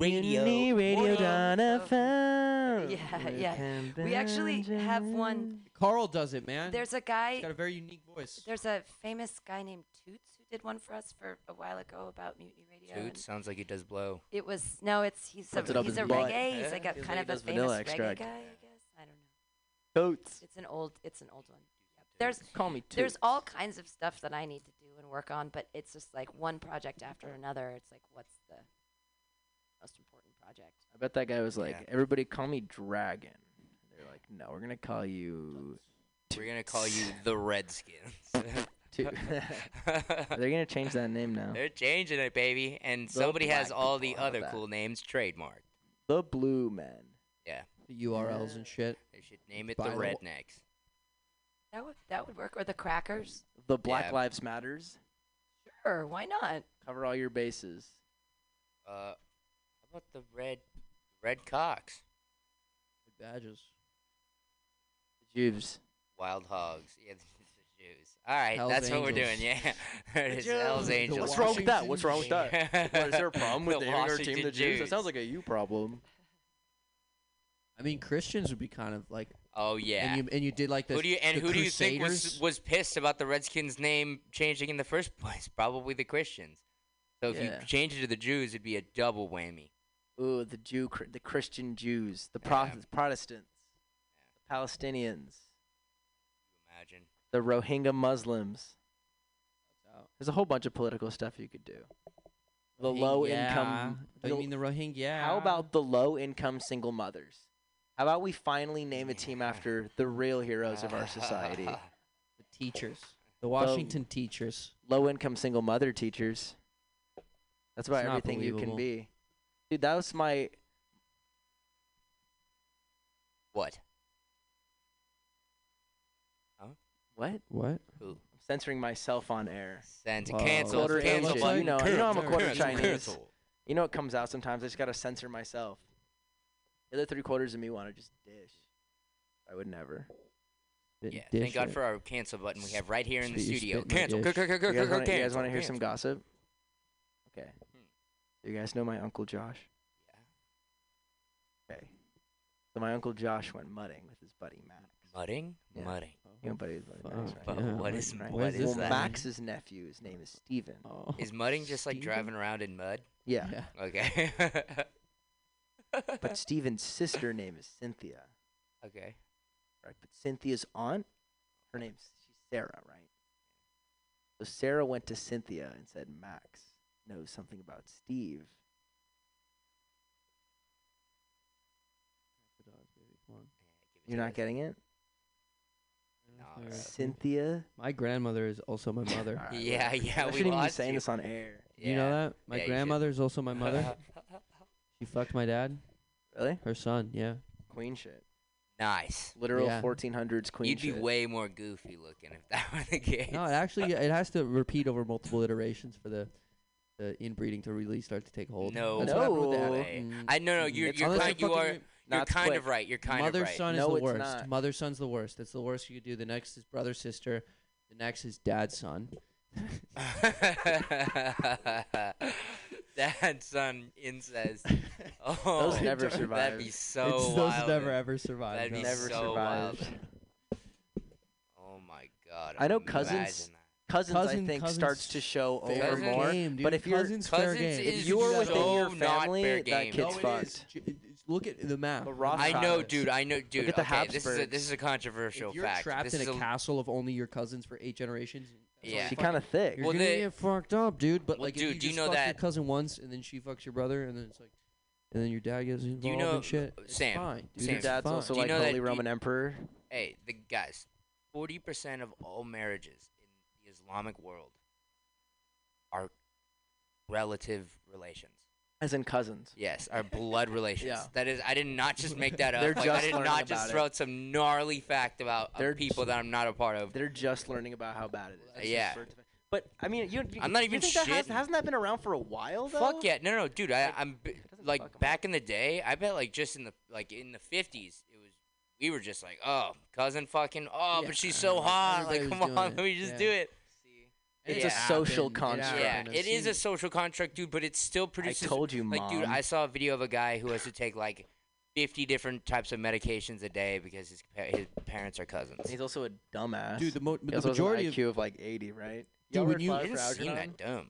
Mutiny *laughs* Radio Donovan. Yeah, yeah. We actually have one. Carl does it, man. There's a He's guy, got a very unique voice. there's a famous guy named Toots who did one for us for a while ago about Mutiny Radio. and- Dude, sounds like it does blow. It was no, it's he's Puts it a up he's his a butt. reggae. He's Yeah, like a feels like kind he of a famous does vanilla reggae extract. guy, I guess. I don't know. Coats. It's an old it's an old one. There's There's Call me there's Toots. all kinds of stuff that I need to do and work on, but it's just like one project after another. It's like what's the most important project? I bet that guy was like, Yeah. "Everybody call me Dragon." They're like, "No, we're gonna call you." We're gonna call you the Redskins. *laughs* *laughs* Toot." They're gonna change that name now. They're changing it, baby. And The somebody has black all people, the how about other that? cool names trademarked. The Blue Men. Yeah, The URLs and shit. they should name it Buy the the wa- Rednecks. That would that would work. Or the crackers? The Black Yeah. Lives Matters. Sure, why not? Cover all your bases. Uh, how about the Red Red Cox? Badges. The Juves. Wild Hogs. Yeah, *laughs* this is the Jews. All right, Hell's that's what we're doing. Angels. Yeah, *laughs* there it is. Hell's The Angels. What's wrong with that? Washington What's wrong with *laughs* that? What, is there a problem with The naming our team Washington the Jews? That Jews. sounds like a you *laughs* problem. I mean, Christians would be kind of like. Oh yeah. And you and you did like the. who do you and the who do you think Crusaders? was was pissed about the Redskins name changing in the first *laughs* place? Probably the Christians. So if Yeah. you change it to the Jews, it'd be a double whammy. Ooh, the Jew, cr- the Christian Jews, the Yeah. Protest- Protestants, the Palestinians, Imagine. the Rohingya Muslims. out. There's a whole bunch of political stuff you could do. The Rohingya. low income. Do you mean the Rohingya? How about the low income single mothers? How about we finally name a team after the real heroes of our society? the teachers? The Washington teachers. Low income single mother teachers. That's about It's not everything you can believable. be. Dude, that was my what? what? I'm What? Who? censoring myself on air. Sends Wow. cancel. Quarter it's cancel. Asian. You know, you know I'm a quarter Cancel. Chinese. You know it comes out sometimes. I just gotta censor myself. The other three quarters of me want to just dish. I would never. Yeah, thank God for our cancel button we have right here in the Spit- you studio. spit in my Cancel. dish. cur- cur- cur- You guys cur- want to cancel, hear some cancel. Hmm. gossip? Okay. You guys know my uncle Josh. Okay. So my uncle Josh went mudding with his buddy Max. Mudding? Yeah. Mudding. You know, buddy, his buddy Max, right? fuck, But yeah, what what- is right? what what is well, is that? that? Max's nephew, his name is Steven. Oh. Is mudding just like Steven? driving around in mud? Yeah. Yeah. *laughs* Okay. *laughs* But Steven's sister name is Cynthia, okay. right? But Cynthia's aunt, her name's she's Sarah, right? So Sarah went to Cynthia and said, Max knows something about Steve. You're not getting it? Cynthia. My grandmother is also my *laughs* mother. Alright, Yeah, whatever. yeah, I we shouldn't even be lost saying you. this on air. You know Yeah. that? Yeah, My you should. grandmother is also *laughs* my mother. she fucked my dad, Really? her son. Yeah. Queen shit. nice. Literal Yeah. 1400s queen You'd be shit. way more goofy looking if that *laughs* were the case. No, it actually it has to repeat over multiple iterations for the, the inbreeding to really start to take hold. No, That's what happened with that. way. Mm, I no no you're It's you're unless kind, you're you are fucking- you're Not kind quick. of right. You're kind Mother of right. son No, is it's the worst. not. Mother son's the worst. That's the worst you could do. The next is brother sister. The next is dad son. *laughs* Dad son *laughs* incest. Oh, Those never That'd survive. be It's so it's those wild. never ever survive. That'd be no. Never so survived. wild. Oh my god. I know imagine cousins- that. Cousins, I Cousin- think, cousins starts to show over fair more. game, dude. But if you're cousins, fair Cousins game. if is you're within so your not family, fair that game. kid's no, fucked. it is. J- j- Look at the map. The Look Rothschild- at I know, Cousins. dude. I know, dude. at the okay, this is a, Habsburgs. this is a If controversial you're fact. trapped this in is a, castle of only your cousins for eight generations. that's all Yeah. you She fucking- kind of thick. You're Well, gonna they- get fucked up, dude. But Well, like, dude, if you do you just know fuck your that- cousin once, and then she fucks your brother, and then it's like, and then your dad gets involved you know- and shit. It's Sam, fine, dude, Sam. Your it's dad's fine. also Do you like know that Holy you- Roman Emperor. hey, the guys, forty percent of all marriages in the Islamic world are relative relations. As in cousins. Yes, are blood relations. Yeah. That is, I did not just make *laughs* that up. They're like, just I did learning not just about throw it. out some gnarly fact about uh, They're people that I'm not a part of. They're just learning about how bad it is. Yeah. But, I mean, you, you, I'm not you even think that has, shitting. hasn't that been around for a while, though? Fuck yeah, no, no, dude. I, Like, I'm b- doesn't fuck 'em like back in the day. I bet like just in the like in the fifties, it was we were just like, oh, cousin, fucking, oh, Yeah, but she's so hot. Like, come everybody was doing on, *laughs* it, let me just yeah. do it. It's Yeah. a social happened, construct. Yeah, happened, I've it is seen a social contract, dude. But it still I produces told you, like, Mom. dude. I saw a video of a guy who has to take like fifty different types of medications a day because his pa- his parents are cousins. He's also a dumbass. Dude, the, mo- He the also has an majority of IQ of, like 80, right? Dude, Y'all when read you- Flowers It for didn't seem Algernon? that dumb.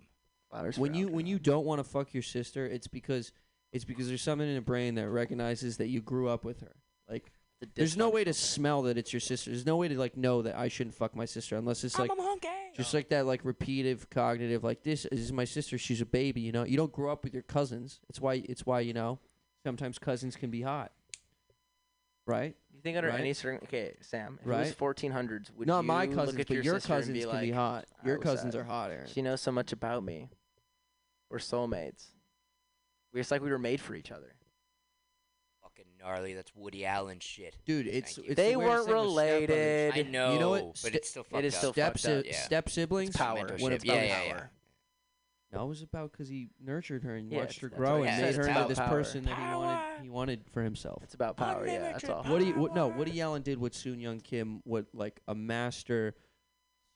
Flowers for when you when Algernon. you don't want to fuck your sister, it's because it's because there's something in your brain that recognizes that you grew up with her. Like The there's no way to dysfunctional thing. smell that it's your sister. There's no way to like know that I shouldn't fuck my sister unless it's like just like that like repetitive cognitive like this is my sister, she's a baby, you know. You don't grow up with your cousins. It's why it's why, you know, sometimes cousins can be hot. Right? You think under Right? any certain okay, Sam, if it was Right? 1400s, would Not you my look cousins, at but your, your sister and cousins be can like, be hot. "I Your was cousins that. are hot, Aaron. She knows so much about me. We're soulmates. We're just like we were made for each other. Fucking gnarly. That's Woody Allen shit. Dude, it's, you. it's the They weirdest weren't thing with step brothers. related. I You know, know what? but Sti- it's still fucked is up. still step fucked up, si- yeah. step siblings. It's power. When it's yeah, about yeah, power. No, it was about because he nurtured her and Yeah, watched her that's what grow I and said. made It's her into about this power. person that he wanted. He wanted for himself. It's about power, yeah. That's all. What do you? What, no, Woody Allen did what Soon Young Kim, what like a master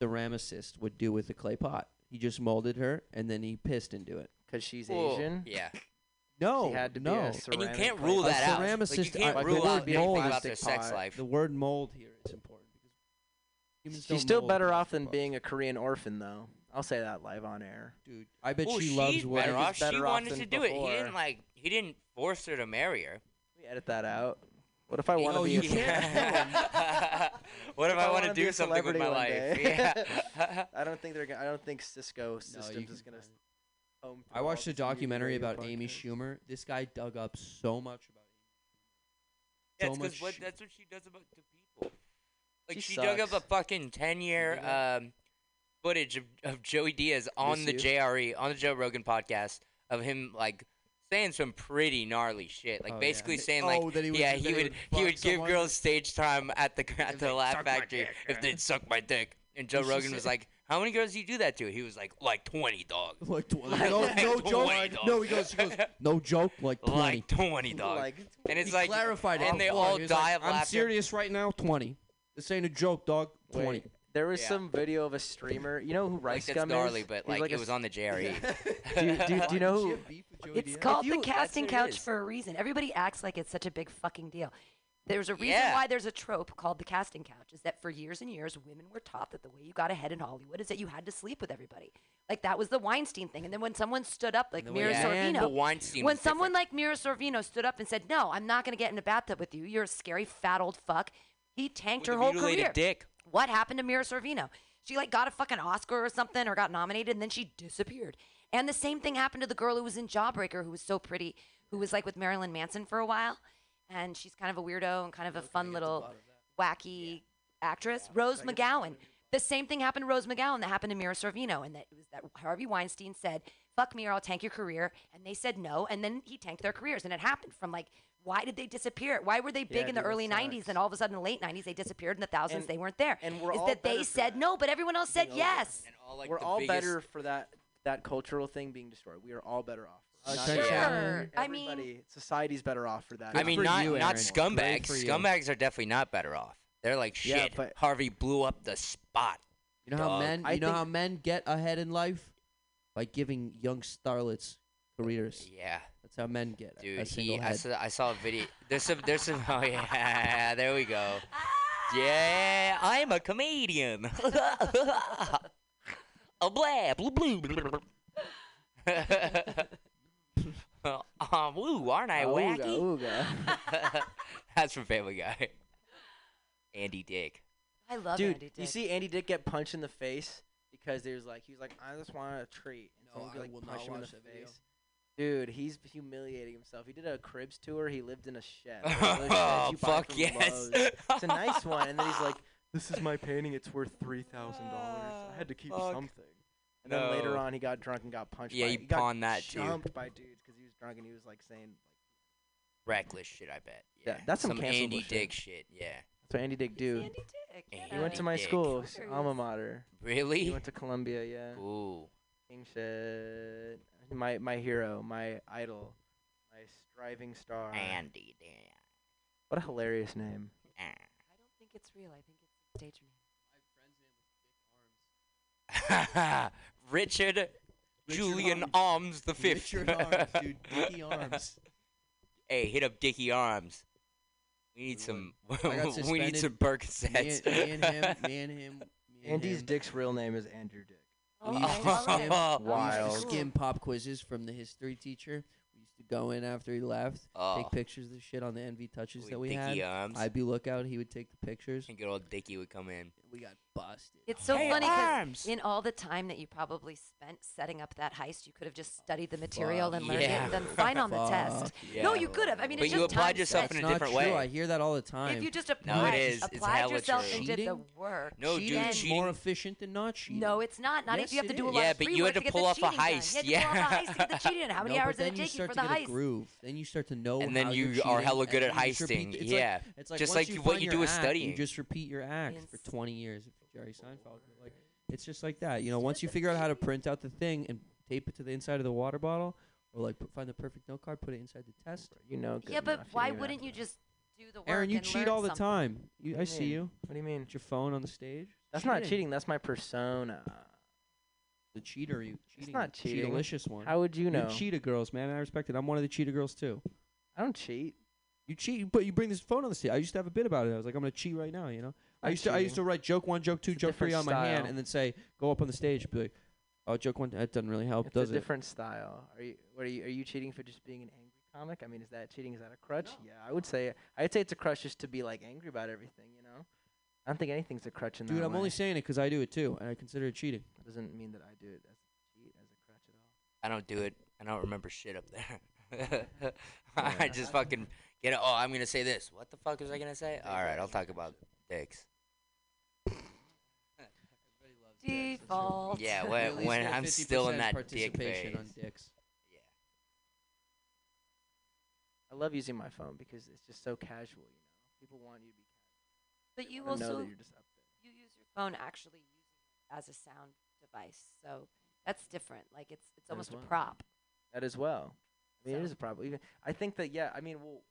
ceramicist would do with a clay pot. He just molded her and then he pissed into it. Because she's yeah. Cool. Asian. Yeah. No, She had to no. be a And you ceramic can't plate. rule A that out. Like, you ceramicist- can't I- rule the out word anything mold is about their thick sex pot. life. the word mold here is important because humans don't She's still mold better people off than above. being a Korean orphan, though. I'll say that live on air. dude. I bet Well, she she's loves what. better He's off. better she off wanted than to do it. He before. didn't like. He didn't force her to marry her. Can we edit that out? What if I want to Oh, be? you a- *laughs* can't. *laughs* what if I, want to wanna be do a something with celebrity my one life? day? Yeah. *laughs* *laughs* I don't think they're. Gonna, I don't think Cisco systems is gonna. Home I watched a documentary about Amy Schumer. This guy dug up so much about Yeah, So it's 'cause much what, sh- that's what she does about to people. Like She she, dug up a sucks. fucking ten year um, footage of, of Joey Diaz on the you? JRE on the Joe Rogan podcast of him like saying some pretty gnarly shit. Like Oh, yeah. basically And- saying like oh, that he would- yeah that he he would would he fuck would give someone? girls stage time at the at the Laugh Factory if they'd suck my dick. And *laughs* Joe What's she Rogan was say? like, "How many girls do you do that to?" He was like, "Like twenty, *laughs* dog. Like tw- *laughs* Like no, no 20, joke. dog. No, he goes, he goes, no joke. Like twenty. *laughs* Like twenty, dog." and it's he like clarified it. and they before. all He was die like, of I'm laughter. serious right now. Twenty. This ain't a joke, dog. Twenty. Wait, there was Yeah. some video of a streamer. You know who Like Rice that's Gum is? gnarly, but He's like, a it was on the JRE. *laughs* Do you, do, you- do you know who? It's called the you- that's casting what it couch is. for a reason. Everybody acts like it's such a big fucking deal. There's a reason Yeah. why there's a trope called the casting couch is that for years and years, women were taught that the way you got ahead in Hollywood is that you had to sleep with everybody. Like that was the Weinstein thing. And then when someone stood up, like And the way Mira you- Sorvino, But Weinstein when was someone different. like Mira Sorvino stood up and said, "No, I'm not going to get in a bathtub with you. You're a scary fat old fuck," he tanked With her a whole mutilated career. dick. What happened to Mira Sorvino? She like got a fucking Oscar or something, or got nominated, and then she disappeared. And the same thing happened to the girl who was in Jawbreaker, who was so pretty, who was like with Marilyn Manson for a while, and she's kind of a weirdo and kind of a fun little wacky actress, Rose McGowan. The same thing happened to Rose McGowan that happened to Mira Sorvino, and that it was that Harvey Weinstein said, "Fuck me, or I'll tank your career," and they said no, and then he tanked their careers, and it happened from like. Why did they disappear? Why were they big in the dude, that early '90s, and all of a sudden in the late '90s they disappeared, and the thousands And- they weren't there? and we're is all that better they for said that. no, but everyone else said yes. And all like We're the all biggest- better for that that cultural thing being destroyed. We are all better off. Uh, Not Sure. just Sure. I mean- everybody. society's better off for that. I mean, for not you, not Aaron. scumbags. Great for you. Scumbags are definitely not better off. They're like shit. Yeah, but- Harvey blew up the spot. You know how Dog. men? I You know think- how men get ahead in life? by giving young starlets careers. Yeah, That's how men get. dude. a single he, I head. saw, I saw a video. There's some. There's some. Oh yeah. *laughs* There we go. Yeah, I'm a comedian. *laughs* a blab. *laughs* Blah, blah, blah, blah. um, woo, aren't I wacky? Ooga, ooga. *laughs* That's from Family Guy. Andy Dick. I love Dude, Andy you Dick. see Andy Dick get punched in the face because there's like he was like, I just wanted a treat. And No, someone, I like, will not punched him in the watch that video. face. Dude, he's humiliating himself. He did a cribs tour. He lived in a shed. *laughs* like, one of those sheds oh you buy fuck from yes. Lowe's. It's a nice one, and then *laughs* he's like, "This is my painting. It's worth three thousand dollars. I had to keep Fuck. something." And then later No. on, he got drunk and got punched. Yeah, by, you he got pawned that, too. Jumped by dudes because he was drunk and he was like saying, reckless shit. I bet. Yeah, that's some cancelable Andy shit. Dick shit. Yeah, "That's what Andy Dick do." Andy Dick. He He went to Andy my Dick. school, Fuckers. alma mater. He really? went to Columbia. Yeah, Ooh, King shit. My my hero, my idol, my striving star. Andy Dick. What a hilarious *laughs* name. I don't think it's real. I think it's stage name. Ah. *laughs* Richard, Julian Arms. Arms the fifth. *laughs* Richard Arms, dude. Dicky Arms. hey, hit up Dicky Arms. We need Good some. *laughs* I got we need suspended. some Me Percocets. and, me and *laughs* *laughs* him, me and him, me and Andy's him. Dick's real name is Andrew Dick. Oh, We used to all *laughs* skim, right. we used Wild. to skim pop quizzes from the history teacher. We used to go in after he left, Oh. take pictures of the shit on the NV touches With that we Dicky had. Arms. I'd be lookout. He would take the pictures. And good old Dicky would come in. We got busted. It's so Hey, funny 'cause arms. in all the time that you probably spent setting up that heist, you could have just studied the material and learned Yeah. it, and done *laughs* fine on the test. Fuck No, yeah. you could have. I mean, But it's you just applied time yourself spent. in a It's not different true. way. I hear that all the time. If you just No, it applied, *laughs* is. It's applied hella yourself true. and did the Cheating? work, No, dude, cheating then is cheating- more efficient than not cheating. No, it's not. Not if Yes, you have to it do a is. lot Yeah, of but free you work had to get pull the off a cheating done. heist, You had to pull off a yeah. heist to get the cheating. in. *laughs* How many No, hours but did then it you take you start for to the get a heist? groove. Then you start to know. And then how you you're are cheating, hella and good at then you just repeat- heisting, it's yeah. Like, it's like Just once like you what find you your do with act, studying. You just repeat your act for Insane. 20 years. If you're Jerry Seinfeld, but, like it's just like that. You know, once you figure out how to print out the thing and tape it to the inside of the water bottle, or like put, find the perfect note card, put it inside the test. You know. Good Yeah, but enough, why don't even wouldn't have you to- just do the work? Aaron, you and cheat learn all the something? time. You, What I do you see mean? you. What do you mean? Put your phone on the stage. That's not cheating. That's my persona. The cheater, you cheating. not cheating. Cheatalicious one. How would you know? cheetah girls, man. I respect it. I'm one of the cheetah girls too. I don't cheat. You cheat, but you bring this phone on the stage. I used to have a bit about it. I was like, I'm gonna cheat right now, you know. I Not used to I used to cheating. write joke one, joke two, It's a joke three different on my hand, style. and then say, go up on the stage, be like, oh, joke one, that doesn't really help, it's does a it? different style. Are you, what are you? Are you cheating for just being an angry comic? I mean, is that cheating? Is that a crutch? Yeah, I would say. I'd say it's a crutch just to be like angry about everything. You know, I don't think anything's a crutch in Dude, that I'm only way. saying it because I do it too, and I consider it cheating. That doesn't mean that I do it as a cheat as a crutch at all. I don't do it. I don't remember shit up there. *laughs* I just fucking get. Oh, I'm gonna say this. What the fuck was I gonna say? All right, I'll talk about dicks. *laughs* Default. Yeah, what- At least when get I'm still in 50% that dick participation on phase. I love using my phone because it's just so casual. You know, people want you to be. But you they wanna know also that you're just up there. you use your phone actually using it as a sound device, so that's different. Like it's it's That almost as a well. prop. That as well. I mean, it So- is a problem. Even I think that yeah. I mean, well,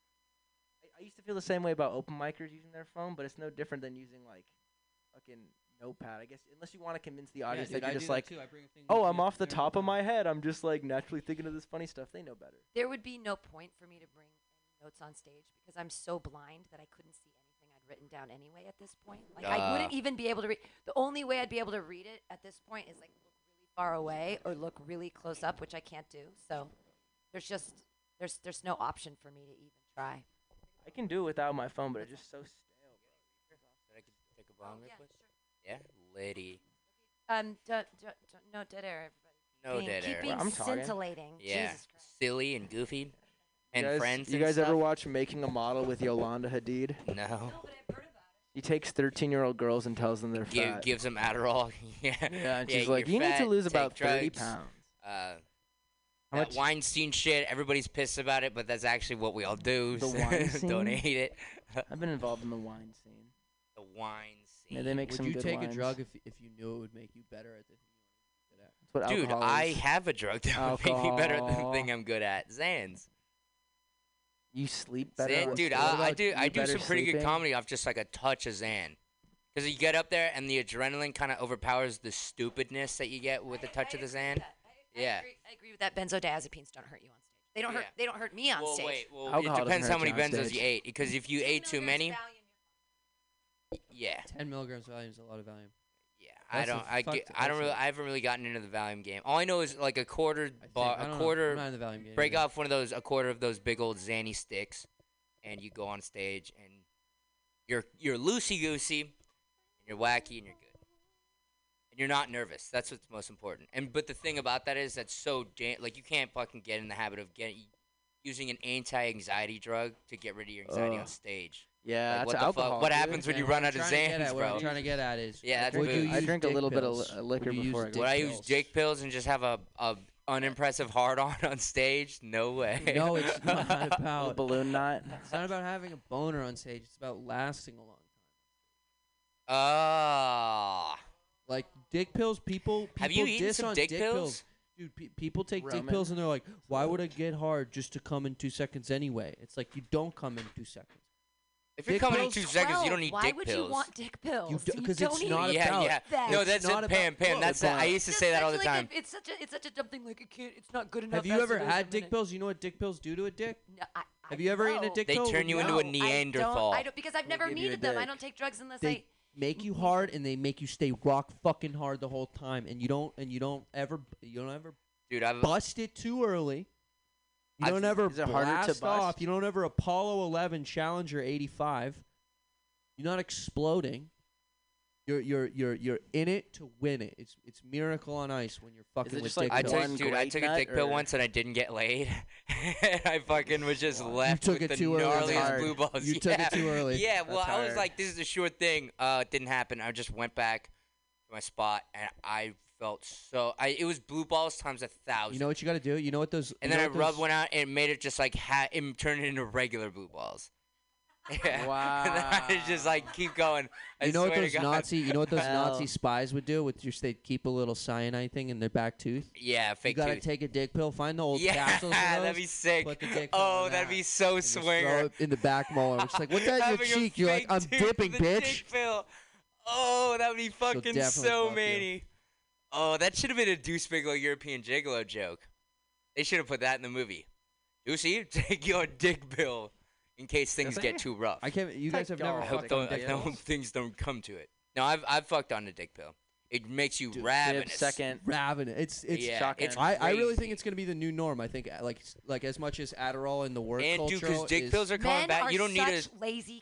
I, I used to feel the same way about open micers using their phone, but it's no different than using like fucking notepad. I guess unless you want to convince the audience that you're just like, oh, I'm off the top of my head. I'm just like naturally thinking of this funny stuff. They know better. There would be no point for me to bring notes on stage because I'm so blind that I couldn't see anything I'd written down anyway at this point. Like Ah. I wouldn't even be able to read. The only way I'd be able to read it at this point is like look really far away or look really close up, which I can't do. So there's just there's there's no option for me to even try. I can do it without my phone, but it's just so. St- That I could take a bomb real Oh, yeah, quick? Yeah, Liddy. Um, don't, don't, don't, no dead air, everybody. No Being- dead keep air. being I'm talking. scintillating. Yeah, Jesus Christ. silly and goofy, and you guys, friends. You and guys ever stuff? watch Making a Model with Yolanda Hadid? No. He takes 13 year old girls and tells them they're Give, fat. gives them Adderall. *laughs* yeah. yeah, and she's you're like, you need fat, to lose take about 30 drugs." pounds. Uh, How that much- Weinstein shit. Everybody's pissed about it, but that's actually what we all do. The so *laughs* Weinstein? Don't hate it. *laughs* I've been involved in the wine scene. The Weinstein. Yeah, they make Would some you good take wines. a drug if, if you knew it would make you better at the That's what Dude, alcohol I is. have a drug that would make me better at the Alcohol. thing I'm good at. Zans. you sleep better. Zan, on dude, stage. What I, I about do I you do better some pretty good sleeping? comedy off just like a touch of Xan. Because you get up there and the adrenaline kind of overpowers the stupidness that you get with a touch of the Xan. Yeah. I agree, I agree with that. Benzodiazepines don't hurt you on stage. They don't hurt. Yeah. They don't hurt me on Well, stage. wait. Well, Alcohol it doesn't depends how hurt many you on benzos stage. you ate. Because if you ate too many, yeah, theater? Ten milligrams of Valium is a lot of Valium. yeah. I That's a don't. I fucked get, I don't. Really, answer. I haven't really gotten into the Valium game. All I know is like a quarter I think. bar, I a don't know. quarter I'm not in the Valium game break either. off one of those a quarter of those big old Zanny sticks, and you go on stage and you're you're loosey goosey, and you're wacky and you're good, and you're not nervous. That's what's most important. And but the thing about that is that's so da- like you can't fucking get in the habit of getting using an anti-anxiety drug to get rid of your anxiety Ugh. on stage. Like, Yeah, that's what the alcohol. fuck? What dude. happens when you And what run I'm out of trying to get Xans, at- What bro? I'm trying to get at is, Yeah, that's I would drink, you a- I use drink a dick little bit of pills? li- uh, liquor Would you use before I dick go. Would I pills? use dick pills and just have a, a unimpressive hard on on stage? No way. *laughs* *laughs* No, it's not A little about. balloon knot. it's not about having a boner on stage. It's about lasting a long time. Ah. Like dick pills, people. people Have you eaten diss some on dick, pills? Dude, pe- people take Rum dick pills and- and they're like, "Why would I get hard just to come in two seconds anyway?" It's like you don't come in two seconds. If you're Dick coming in pills? two seconds, you don't need Why dick would pills. you want dick pills? You do- 'cause don't it's need not it. yeah, about- yeah. that. No, It's that's not it, about- Pam. Pam, Whoa. that's that. I It's used to That's say that all the actually time. good- it's such a it's such a dumb thing. Like a kid, it's not good enough. Have you as ever it is, I'm had dick gonna- pills? You know what dick pills do to a dick? No, I, I Have you ever eaten a know. dick They pill? turn you into No, a I don't- Neanderthal. I don't, because I've never give you a needed them. I dick. don't take drugs unless I. Mm-hmm. They make you hard and they make you stay rock fucking hard the whole time, and you don't and you don't ever you don't ever Dude, I've bust it too early. You I've- don't ever is it harder to blast bust? off. You don't ever Apollo 11 Challenger 85. You're not exploding. You're you're you're you're in it to win it. It's it's miracle on ice when you're fucking it with just like dick I pills. one took, dude, I grape took a nut dick pill or- once and I didn't get laid. *laughs* I fucking was just left took with it the too early. gnarliest Hard. blue balls. You took it Yeah. too early. *laughs* Yeah, well, That's I was hard. like, this is a sure thing. Uh, it didn't happen. I just went back to my spot and I felt so. I it was blue balls times a thousand. You know what you got to do? You know what those and you then I know what rubbed those- one out and it made it just like ha- it turned it into regular blue balls. *laughs* Yeah. *laughs* and then I was just like keep going. I You know what swear to those God. Nazi you know what those Hell. Nazi spies would do with just they keep a little cyanide thing in their back tooth. Yeah, You fake gotta tooth. take a dick pill, find the old yeah, *laughs* capsules. of that'd those, be sick. put the dick pill Oh, in that'd that. be so and just throw swinger. it in the back molar. It's like, what's that in your Having a cheek? You're like, fake I'm tooth dipping, with a dick bitch. pill. Oh, that'd be fucking definitely so fuck you. many. Oh, that should have been a Deuce Bigelow European Gigolo joke. They should have put that in the movie. Deucey, *laughs* take your dick pill in case things they? get too rough. I can't. You guys have Thank never God. I hope, fucked on don't, I dick hope pills. things don't come to it. No, I've I've fucked on a dick pill. It makes you Dude, ravenous. Second. ravenous. It's it's. yeah, shocking. it's I, I really think crazy. it's gonna be the new norm. I think uh, like s- like as much as Adderall in the work and dude, culture because dick is- pills are coming Men back, are you don't need such a lazy